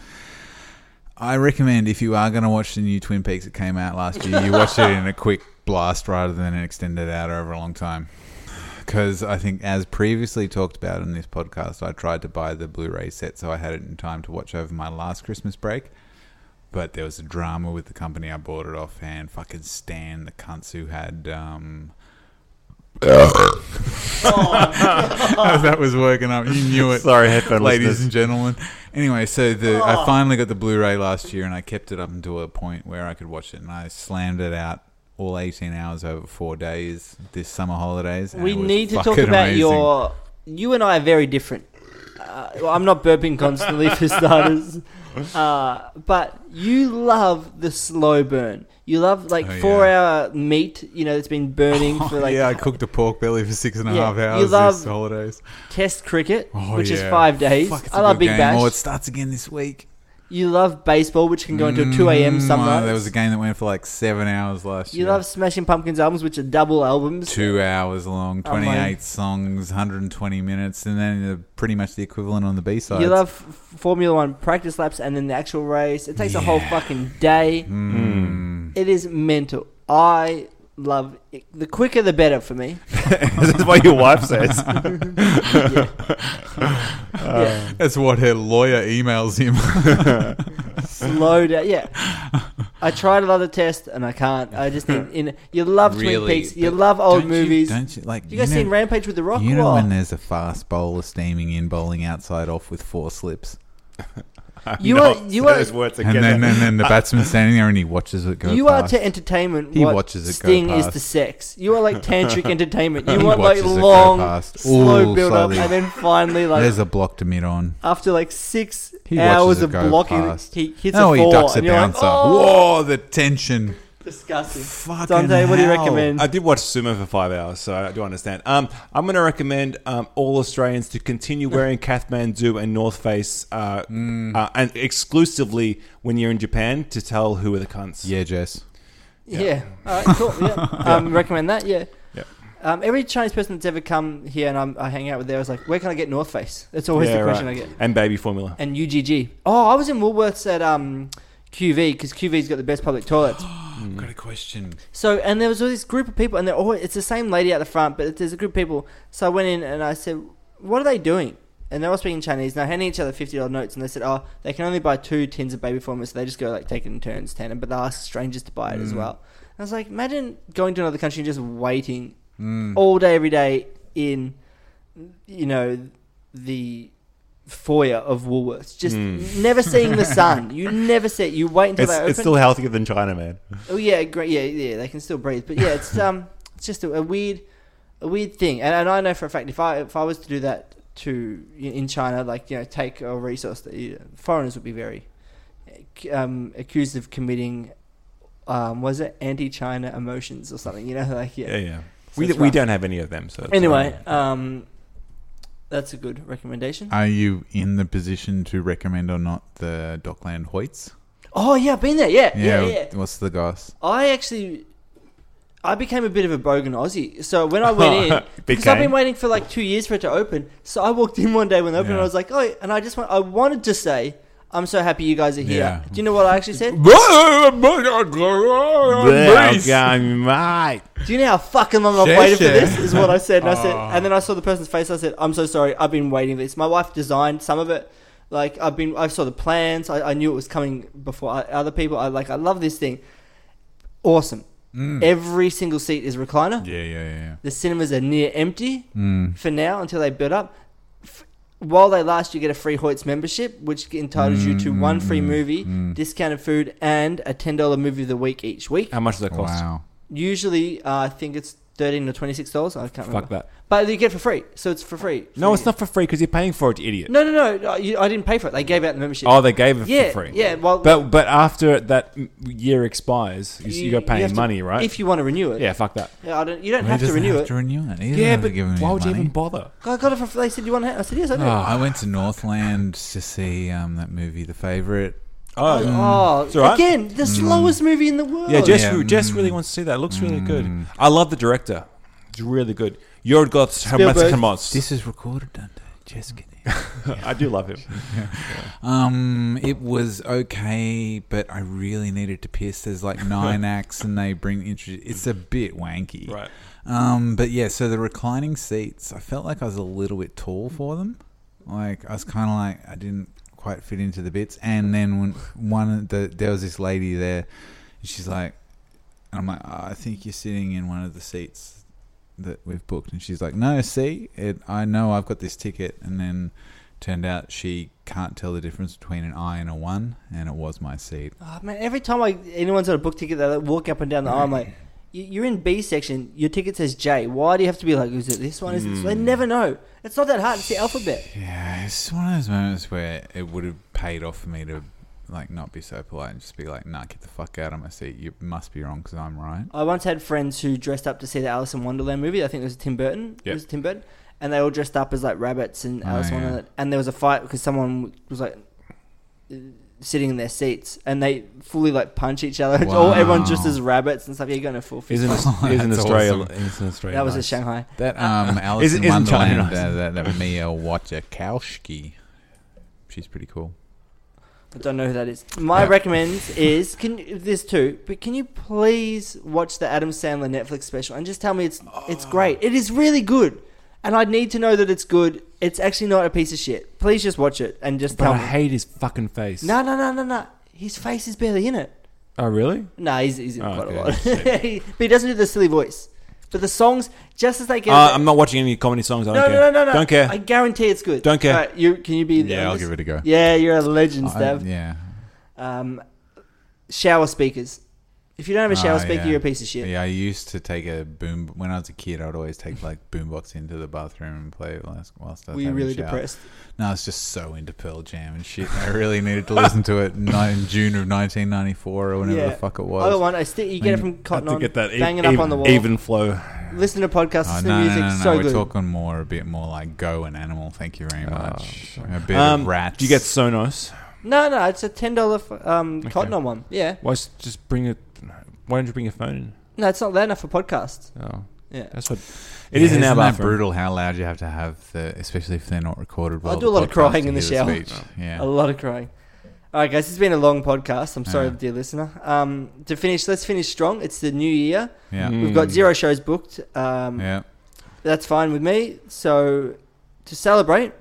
[SPEAKER 1] I recommend if you are going to watch the new Twin Peaks that came out last year, you watch it in a quick blast rather than an extended out over a long time. Because I think, as previously talked about in this podcast, I tried to buy the Blu ray set so I had it in time to watch over my last Christmas break. But there was a drama with the company I bought it off, and fucking Stan, the cunts who had. Um, that was working up. You knew it
[SPEAKER 4] Sorry, headphone
[SPEAKER 1] ladies
[SPEAKER 4] listeners.
[SPEAKER 1] and gentlemen. Anyway, so the I finally got the Blu-ray last year, and I kept it up until a point where I could watch it, and I slammed it out all 18 hours over four days this summer holidays. and
[SPEAKER 5] we
[SPEAKER 1] it was
[SPEAKER 5] need to talk
[SPEAKER 1] fucking
[SPEAKER 5] about
[SPEAKER 1] amazing.
[SPEAKER 5] your. You and I are very different. Uh, well, I'm not burping constantly for starters, uh, but you love the slow burn. You love like
[SPEAKER 1] Oh,
[SPEAKER 5] four
[SPEAKER 1] yeah. Oh,
[SPEAKER 5] hour meat, you know, that's been burning for like
[SPEAKER 1] yeah, I cooked a pork belly for six and a
[SPEAKER 5] Yeah,
[SPEAKER 1] half
[SPEAKER 5] you
[SPEAKER 1] hours
[SPEAKER 5] love-
[SPEAKER 1] this holidays,
[SPEAKER 5] test cricket,
[SPEAKER 1] Oh,
[SPEAKER 5] which is
[SPEAKER 1] yeah.
[SPEAKER 5] five days.
[SPEAKER 1] Fuck, it's a
[SPEAKER 5] I love
[SPEAKER 1] good
[SPEAKER 5] Big
[SPEAKER 1] game.
[SPEAKER 5] Bash.
[SPEAKER 1] Oh, it starts again this week.
[SPEAKER 5] You love baseball, which can go until 2 a.m. some
[SPEAKER 1] Mm,
[SPEAKER 5] nights.
[SPEAKER 1] There was a game that went for like seven hours last
[SPEAKER 5] You
[SPEAKER 1] year.
[SPEAKER 5] love Smashing Pumpkins albums, which are double albums.
[SPEAKER 1] two hours long,
[SPEAKER 5] Oh, my-
[SPEAKER 1] 28 songs, 120 minutes, and then the, pretty much the equivalent on the B side.
[SPEAKER 5] You love F- Formula One practice laps and then the actual race. It takes a whole
[SPEAKER 1] Yeah.
[SPEAKER 5] fucking day. It is mental. I love. The quicker the better for me.
[SPEAKER 4] this is what your wife says.
[SPEAKER 5] Yeah. yeah.
[SPEAKER 1] That's what her lawyer emails him.
[SPEAKER 5] Slow down. Yeah. I tried another test and I can't. I just need in. You love
[SPEAKER 9] Really,
[SPEAKER 5] Twin Peaks. You
[SPEAKER 9] but
[SPEAKER 5] love old
[SPEAKER 1] Don't
[SPEAKER 5] movies.
[SPEAKER 1] You, don't you like?
[SPEAKER 5] you guys
[SPEAKER 1] know,
[SPEAKER 5] seen Rampage with the Rock?
[SPEAKER 1] You know
[SPEAKER 5] Wow.
[SPEAKER 1] when there's a fast bowler steaming in, bowling outside off with four slips,
[SPEAKER 5] you
[SPEAKER 4] No,
[SPEAKER 5] are you are
[SPEAKER 4] Oh, those words
[SPEAKER 1] and
[SPEAKER 4] together.
[SPEAKER 1] then and then the batsman's standing there and he watches it go.
[SPEAKER 5] you are
[SPEAKER 1] past.
[SPEAKER 5] to entertainment.
[SPEAKER 1] He
[SPEAKER 5] what
[SPEAKER 1] watches it go
[SPEAKER 5] Sting is
[SPEAKER 1] past.
[SPEAKER 5] to sex. You are like tantric entertainment. You
[SPEAKER 1] He
[SPEAKER 5] want like
[SPEAKER 1] watches it go
[SPEAKER 5] long,
[SPEAKER 1] past.
[SPEAKER 5] slow
[SPEAKER 1] Ooh,
[SPEAKER 5] build up,
[SPEAKER 1] slowly.
[SPEAKER 5] and then finally like
[SPEAKER 1] There's a block to mid on.
[SPEAKER 5] after like six
[SPEAKER 1] He
[SPEAKER 5] hours
[SPEAKER 1] watches it
[SPEAKER 5] of
[SPEAKER 1] go
[SPEAKER 5] blocking,
[SPEAKER 1] past.
[SPEAKER 5] he hits
[SPEAKER 1] No,
[SPEAKER 5] a
[SPEAKER 1] he
[SPEAKER 5] four,
[SPEAKER 1] ducks a
[SPEAKER 5] and you're
[SPEAKER 1] bouncer.
[SPEAKER 5] like, oh,
[SPEAKER 1] Whoa, the tension.
[SPEAKER 5] disgusting.
[SPEAKER 1] Fucking
[SPEAKER 5] Dante, what do you
[SPEAKER 1] hell.
[SPEAKER 5] recommend?
[SPEAKER 4] I did watch Sumo for five hours, so I do understand. Um, I'm going to recommend um, all Australians to continue wearing Kathmandu and North Face, uh,
[SPEAKER 5] Mm.
[SPEAKER 4] uh, and exclusively when you're in Japan to tell who are the cunts.
[SPEAKER 1] Yeah, Jess.
[SPEAKER 5] Yeah. All right, cool. Yeah. Um, Recommend that. Yeah.
[SPEAKER 4] Yeah.
[SPEAKER 5] Um, every Chinese person that's ever come here and I'm, I hang out with there is like, where can I get North Face? That's always
[SPEAKER 4] Yeah,
[SPEAKER 5] the question
[SPEAKER 4] right.
[SPEAKER 5] I get.
[SPEAKER 4] And baby formula.
[SPEAKER 5] And UGG. Oh, I was in Woolworths at um, QV because QV's got the best public toilets.
[SPEAKER 1] I've Mm. got a question.
[SPEAKER 5] So, and there was all this group of people, and they're all, it's the same lady at the front, but there's a group of people. So I went in and I said, What are they doing? And they were all speaking Chinese, and they handed each other $50 notes, and they said, Oh, they can only buy two tins of baby formula, so they just go, like, taking turns, ten, but they ask strangers to buy it
[SPEAKER 4] Mm.
[SPEAKER 5] as well. And I was like, Imagine going to another country and just waiting
[SPEAKER 1] Mm.
[SPEAKER 4] Mm.
[SPEAKER 5] all day, every day in, you know, the foyer of Woolworths, just never seeing the sun. You never see it. You wait
[SPEAKER 4] Mm.
[SPEAKER 5] until
[SPEAKER 4] It's,
[SPEAKER 5] they open.
[SPEAKER 4] it's still healthier than China, man.
[SPEAKER 5] Oh yeah, great. Yeah, yeah, they can still breathe. But yeah, it's um, it's just a, a weird, a weird thing. And, and I know for a fact if I if I was to do that to in China, like you know, take a resource, that you, foreigners would be very um, accused of committing. Um, was it anti-China emotions or something? You know, like yeah.
[SPEAKER 4] Yeah, yeah. We,
[SPEAKER 5] it's
[SPEAKER 4] we
[SPEAKER 5] rough.
[SPEAKER 4] don't have any of them. So it's
[SPEAKER 5] Anyway,
[SPEAKER 4] fine.
[SPEAKER 5] um, that's a good recommendation.
[SPEAKER 4] Uh,
[SPEAKER 1] Are you in the position to recommend or not the Dockland Hoyts?
[SPEAKER 5] oh yeah, I've been there. Yeah, yeah, yeah.
[SPEAKER 1] What's the goss?
[SPEAKER 5] I actually, I became a bit of a bogan Aussie. So when I went in, because
[SPEAKER 4] Became?
[SPEAKER 5] I've been waiting for like two years for it to open, so I walked in one day when it opened, and I
[SPEAKER 1] Yeah.
[SPEAKER 5] was like, oh, and I just want, I wanted to say, I'm so happy you guys are here.
[SPEAKER 1] Yeah.
[SPEAKER 5] Do you know what I actually said? Oh,
[SPEAKER 4] Well,
[SPEAKER 1] Nice.
[SPEAKER 4] guy, mate.
[SPEAKER 5] Do you know how fucking long I've
[SPEAKER 1] Share,
[SPEAKER 5] waited for
[SPEAKER 1] share.
[SPEAKER 5] this? Is what I said. And I said, and then I saw the person's face. I said, I'm so sorry. I've been waiting for this. My wife designed some of it. Like I've been, I saw the plans. I, I knew it was coming before I, other people. I like, I love this thing. Awesome. Every single seat is recliner.
[SPEAKER 1] Mm. Yeah, yeah, yeah.
[SPEAKER 5] The cinemas are near empty
[SPEAKER 4] Hmm.
[SPEAKER 5] for now until they build up. F- while they last, you get a free Hoyts membership, which entitles you to one
[SPEAKER 4] Hmm.
[SPEAKER 5] free movie, discounted food, and a ten dollar movie of the week each week.
[SPEAKER 4] How much does that
[SPEAKER 1] yeah.
[SPEAKER 4] cost?
[SPEAKER 1] Wow.
[SPEAKER 5] Usually, uh, I think it's thirteen or twenty six dollars. I can't remember.
[SPEAKER 4] Fuck that.
[SPEAKER 5] But you get it for free, so it's for free.
[SPEAKER 4] No,
[SPEAKER 5] Free.
[SPEAKER 4] it's not for free because you're paying for it, you idiot.
[SPEAKER 5] No, no, no. I- you- I didn't pay for it. They gave out the membership.
[SPEAKER 4] Oh, they gave it
[SPEAKER 5] yeah,
[SPEAKER 4] for free.
[SPEAKER 5] yeah. Well,
[SPEAKER 4] But but after that year expires, you, you, got to
[SPEAKER 5] you
[SPEAKER 4] pay
[SPEAKER 5] have to-
[SPEAKER 4] money, right?
[SPEAKER 5] If you want to renew it,
[SPEAKER 4] yeah, fuck that.
[SPEAKER 5] Yeah, I don't, you don't have to renew it.
[SPEAKER 1] To renew it. He doesn't
[SPEAKER 4] Yeah,
[SPEAKER 1] have to
[SPEAKER 4] but
[SPEAKER 1] give him
[SPEAKER 4] why
[SPEAKER 1] any
[SPEAKER 4] would you
[SPEAKER 1] money.
[SPEAKER 4] even bother?
[SPEAKER 5] I got it for. They said you want. it? I said yes. I do.
[SPEAKER 1] Oh,
[SPEAKER 4] Ah.
[SPEAKER 1] I went to Northland to see um, that movie, The Favorite.
[SPEAKER 4] Oh,
[SPEAKER 5] Oh,
[SPEAKER 4] all right.
[SPEAKER 5] again, the slowest movie in the world.
[SPEAKER 4] Hmm. yeah, Jess,
[SPEAKER 1] Oh, yeah, Mm.
[SPEAKER 4] Jess really wants to see that. It looks really good. I love the director. It's really good. Yorgos Hermatkamos.
[SPEAKER 1] This is recorded, Dante. Just kidding.
[SPEAKER 4] I do love him.
[SPEAKER 1] Um, it was okay, but I really needed to piss. There's like nine acts, and they bring intro. It's a bit wanky,
[SPEAKER 4] Right.
[SPEAKER 1] Um, but yeah, so the reclining seats, I felt like I was a little bit tall for them. Like I was kind of like I didn't quite fit into the bits. And then when one of the there was this lady there, and she's like, and I'm like, "Oh, I think you're sitting in one of the seats that we've booked. And she's like, No, see, it, I know I've got this ticket. And then turned out she can't tell the difference between an I and a one, and it was my seat.
[SPEAKER 5] Oh, man, every time I anyone's got a book ticket, they like, walk up and down the aisle. I'm like, "You- you're in B section. Your ticket says J. Why do you have to be like, is it this one? Is it this one? They never know. It's not that hard. It's the alphabet.
[SPEAKER 1] Yeah, it's one of those moments where it would have paid off for me to like not be so polite and just be like, "Nah, get the fuck out of my seat. You must be wrong because I'm right."
[SPEAKER 5] I once had friends who dressed up to see the Alice in Wonderland movie. I think it was Tim Burton. It was Tim Burton, and they all dressed up as like rabbits and Alice in
[SPEAKER 1] yeah.
[SPEAKER 5] Wonderland. And there was a fight because someone was like uh, sitting in their seats, and they fully like punch each other. It's all everyone dressed
[SPEAKER 1] Wow.
[SPEAKER 5] as rabbits and stuff. You're going to full. fist.
[SPEAKER 4] Isn't isn't
[SPEAKER 1] That's
[SPEAKER 4] Australia?
[SPEAKER 1] awesome.
[SPEAKER 4] Isn't Australia?
[SPEAKER 5] That was a
[SPEAKER 4] nice?
[SPEAKER 5] Shanghai.
[SPEAKER 1] That
[SPEAKER 5] Uh,
[SPEAKER 1] um, Alice
[SPEAKER 4] Is-
[SPEAKER 1] in
[SPEAKER 4] isn't China
[SPEAKER 1] Wonderland,
[SPEAKER 4] nice?
[SPEAKER 1] uh, that, that Mia Wasikowska, she's pretty cool.
[SPEAKER 5] I don't know who that is. My recommends is can this too, but can you please watch the Adam Sandler Netflix special and just tell me it's it's great. It is really good, and I need to know that it's good. It's actually not a piece of shit. Please just watch it and just
[SPEAKER 9] But
[SPEAKER 5] tell
[SPEAKER 9] I
[SPEAKER 5] me.
[SPEAKER 9] hate his fucking face.
[SPEAKER 5] no, no, no, no, no. His face is barely in it.
[SPEAKER 9] Oh, really?
[SPEAKER 5] No, he's, he's in
[SPEAKER 9] Oh,
[SPEAKER 5] quite
[SPEAKER 9] okay.
[SPEAKER 5] a lot. He- but he doesn't do the silly voice. But the songs, just as they get,
[SPEAKER 4] Uh, I'm not watching any comedy songs. I don't
[SPEAKER 5] no,
[SPEAKER 4] care.
[SPEAKER 5] no, no, no, no.
[SPEAKER 4] Don't care.
[SPEAKER 5] I guarantee it's good.
[SPEAKER 4] Don't care.
[SPEAKER 5] Alright, you can you be?
[SPEAKER 1] Yeah, I'll give it a go.
[SPEAKER 5] Yeah, you're a legend, Stav.
[SPEAKER 1] I- yeah.
[SPEAKER 5] Um, shower speakers. If you don't have a shower
[SPEAKER 1] Ah,
[SPEAKER 5] speaker,
[SPEAKER 1] yeah.
[SPEAKER 5] you're a piece of shit.
[SPEAKER 1] Yeah, I used to take a boom. When I was a kid, I'd always take like boombox into the bathroom and play it whilst, whilst I was
[SPEAKER 5] Were you
[SPEAKER 1] having a
[SPEAKER 5] really
[SPEAKER 1] shower.
[SPEAKER 5] depressed?
[SPEAKER 1] No, I was just so into Pearl Jam and shit. I really needed to listen to it in ni- in June of 1994 or whenever the fuck it was.
[SPEAKER 5] I got one. I still you get it from
[SPEAKER 4] Have
[SPEAKER 5] Cotton
[SPEAKER 4] to
[SPEAKER 5] On.
[SPEAKER 4] get that e-
[SPEAKER 5] banging
[SPEAKER 4] even,
[SPEAKER 5] up on the wall.
[SPEAKER 4] even flow.
[SPEAKER 5] Listen to podcasts.
[SPEAKER 1] Oh,
[SPEAKER 5] Listen
[SPEAKER 1] no, no,
[SPEAKER 5] to music.
[SPEAKER 1] no, no,
[SPEAKER 5] so
[SPEAKER 1] We're
[SPEAKER 5] good. Oh,
[SPEAKER 1] talking more a bit more like go and animal. Thank you very much. a bit
[SPEAKER 4] Um,
[SPEAKER 1] of rats.
[SPEAKER 4] do you get Sonos?
[SPEAKER 5] No, no, it's a ten dollar um, Cotton On one. Yeah.
[SPEAKER 9] Why s- just bring it? Why don't you bring your phone
[SPEAKER 5] No, it's not that enough for podcasts.
[SPEAKER 9] in? Oh,
[SPEAKER 5] Yeah.
[SPEAKER 9] that's what.
[SPEAKER 1] It
[SPEAKER 9] It
[SPEAKER 1] yeah,
[SPEAKER 9] is in our
[SPEAKER 1] isn't that
[SPEAKER 9] bathroom.
[SPEAKER 1] brutal how loud you have to have the, especially if they're not recorded. While the
[SPEAKER 5] do a lot of
[SPEAKER 1] podcast
[SPEAKER 5] crying
[SPEAKER 1] to
[SPEAKER 5] in the
[SPEAKER 1] hear
[SPEAKER 5] shower.
[SPEAKER 1] speech. Yeah.
[SPEAKER 5] A lot of crying. All right, guys, it's been a long podcast. I'm sorry,
[SPEAKER 1] Yeah.
[SPEAKER 5] dear listener. Um, to finish, let's finish strong. It's the new year.
[SPEAKER 1] Yeah.
[SPEAKER 5] We've got zero shows booked. Um,
[SPEAKER 1] Hmm. Yeah.
[SPEAKER 5] That's fine with me. So, to celebrate,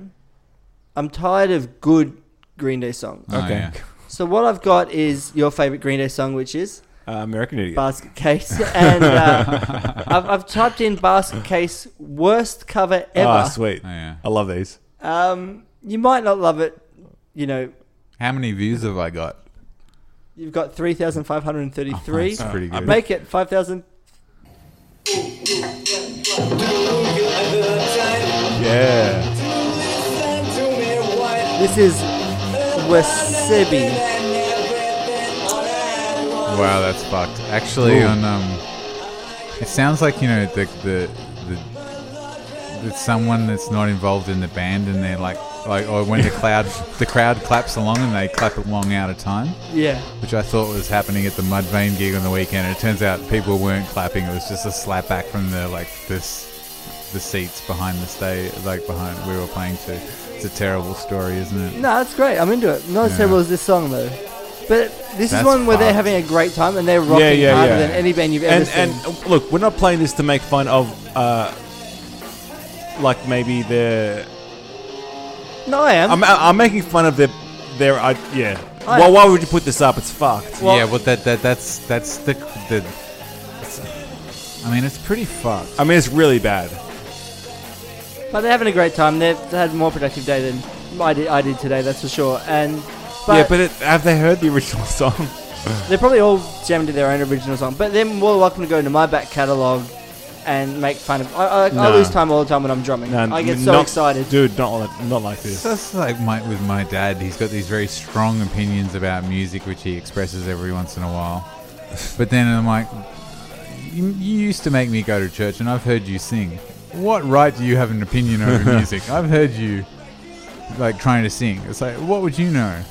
[SPEAKER 5] I'm tired of good Green Day songs.
[SPEAKER 1] Oh,
[SPEAKER 9] Okay.
[SPEAKER 1] yeah.
[SPEAKER 5] So, what I've got is your favorite Green Day song, which is
[SPEAKER 4] Uh, American Idiot.
[SPEAKER 5] Basket Case. And uh, I've, I've typed in Basket Case worst cover
[SPEAKER 4] Ah,
[SPEAKER 5] ever.
[SPEAKER 4] sweet.
[SPEAKER 1] Oh, yeah.
[SPEAKER 4] I love these.
[SPEAKER 5] um, you might not love it. You know,
[SPEAKER 1] How many views have I got?
[SPEAKER 5] you've got 3,533.
[SPEAKER 1] Oh, That's pretty good.
[SPEAKER 5] Uh, Make it 5,000.
[SPEAKER 4] Yeah.
[SPEAKER 5] This is Wasabi.
[SPEAKER 1] Wow, that's fucked. Actually, on um, it sounds like you know the the the it's someone that's not involved in the band and they're like like or when the cloud the crowd claps along and they clap along out of time,
[SPEAKER 5] Yeah.
[SPEAKER 1] which I thought was happening at the Mudvayne gig on the weekend. It turns out people weren't clapping. It was just a slap back from the like this the seats behind the stage, like behind we were playing to. It's a terrible story, isn't it?
[SPEAKER 5] No, that's great. I'm into it. Not as
[SPEAKER 1] Yeah.
[SPEAKER 5] terrible as this song, though. But this is
[SPEAKER 1] That's
[SPEAKER 5] one where they're
[SPEAKER 1] fucked.
[SPEAKER 5] having a great time and they're rocking
[SPEAKER 4] Yeah, yeah,
[SPEAKER 5] harder
[SPEAKER 4] yeah.
[SPEAKER 5] than any band you've ever
[SPEAKER 4] And
[SPEAKER 5] seen.
[SPEAKER 4] and uh, look, we're not playing this to make fun of, uh, like maybe their.
[SPEAKER 5] no, I am.
[SPEAKER 4] I'm uh, I'm making fun of their their. I yeah.
[SPEAKER 5] I-
[SPEAKER 4] Well, why would you put this up? It's fucked.
[SPEAKER 1] yeah, well, that, that that's that's the the. I mean, it's pretty fucked.
[SPEAKER 4] I mean, it's really bad.
[SPEAKER 5] but they're having a great time. They've had a more productive day than I did, I did today, that's for sure. And but,
[SPEAKER 4] yeah, but it, have they heard the original song?
[SPEAKER 5] they're probably all jamming to their own original song. But they're more welcome to go into my back catalogue and make fun of. I, I, I
[SPEAKER 4] No.
[SPEAKER 5] lose time all the time when I'm drumming. I get so
[SPEAKER 4] not-
[SPEAKER 5] excited.
[SPEAKER 4] dude. Not like, not like this.
[SPEAKER 1] That's like my, with my dad. He's got these very strong opinions about music, which he expresses every once in a while. But then I'm like, you, you used to make me go to church, and I've heard you sing. What right do you have an opinion over music? I've heard you like trying to sing. It's like, what would you know?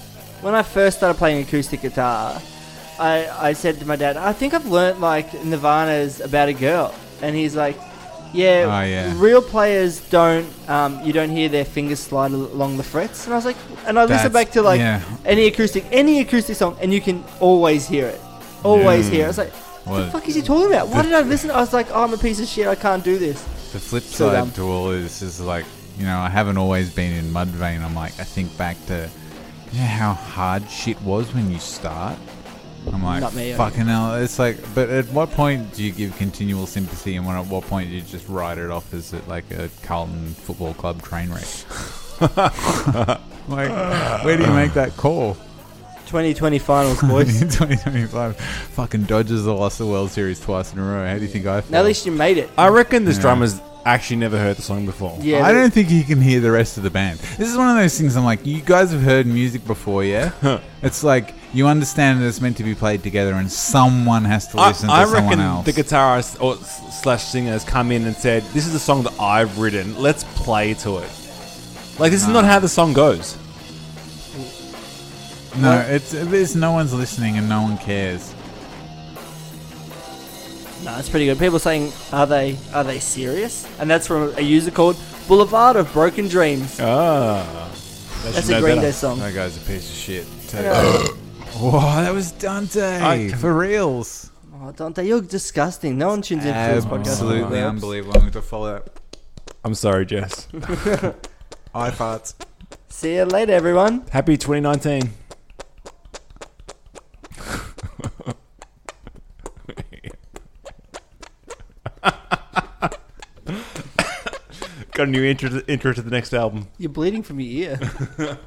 [SPEAKER 5] when I first started playing acoustic guitar, I, I said to my dad, I think I've learnt like Nirvana's about a girl, and he's like, Yeah,
[SPEAKER 1] Oh, yeah.
[SPEAKER 5] real players don't um, you don't hear their fingers slide al- along the frets, and I was like, and I
[SPEAKER 1] That's-
[SPEAKER 5] listened back to like
[SPEAKER 1] yeah.
[SPEAKER 5] any acoustic any acoustic song, and you can always hear it, always hear. it. I was like. What the
[SPEAKER 1] Well,
[SPEAKER 5] fuck is he talking about? Why did I listen? I was like, oh, I'm a piece of shit. I can't do this.
[SPEAKER 1] The flip
[SPEAKER 5] So
[SPEAKER 1] side
[SPEAKER 5] dumb.
[SPEAKER 1] to all of this is like, you know, I haven't always been in Mudvayne. I'm like, I think back to, you know, how hard shit was when you start. I'm like,
[SPEAKER 5] Not me, I
[SPEAKER 1] fucking hell. It's like, but at what point do you give continual sympathy, and when, at what point do you just write it off as like a Carlton football club train wreck? like, where do you make that call?
[SPEAKER 5] 2020 finals, boys.
[SPEAKER 1] In 2025, fucking Dodgers have lost the World Series twice in a row. How do you think I feel?
[SPEAKER 5] now, at least you made it.
[SPEAKER 4] I reckon this drummer's actually never heard the song before.
[SPEAKER 5] Yeah,
[SPEAKER 1] I
[SPEAKER 5] but-
[SPEAKER 1] don't think he can hear the rest of the band. This is one of those things I'm like, you guys have heard music before, yeah? it's like you understand that it's meant to be played together and someone has to
[SPEAKER 4] I,
[SPEAKER 1] listen
[SPEAKER 4] I
[SPEAKER 1] to someone
[SPEAKER 4] reckon
[SPEAKER 1] else.
[SPEAKER 4] the guitarist or s- slash singer has come in and said, "This is a song that I've written. Let's play to it." Like this is not how the song goes.
[SPEAKER 1] no, it's, it's no one's listening and no one cares.
[SPEAKER 5] No, that's pretty good. People saying, "Are they are they serious?" And that's from a user called Boulevard of Broken Dreams.
[SPEAKER 4] Ah,
[SPEAKER 5] that's a Green Day song.
[SPEAKER 1] That guy's a piece of shit. Dante. Whoa, that was Dante.
[SPEAKER 4] I-
[SPEAKER 1] For reals.
[SPEAKER 5] Oh, Dante, you're disgusting. No one tunes in for this podcast.
[SPEAKER 1] Absolutely unbelievable. I'm going to follow that.
[SPEAKER 4] I'm sorry, Jess.
[SPEAKER 1] I farts.
[SPEAKER 5] See you later, everyone.
[SPEAKER 4] Happy 2019. Got a new intro to, intro to the next album.
[SPEAKER 5] You're bleeding from your ear.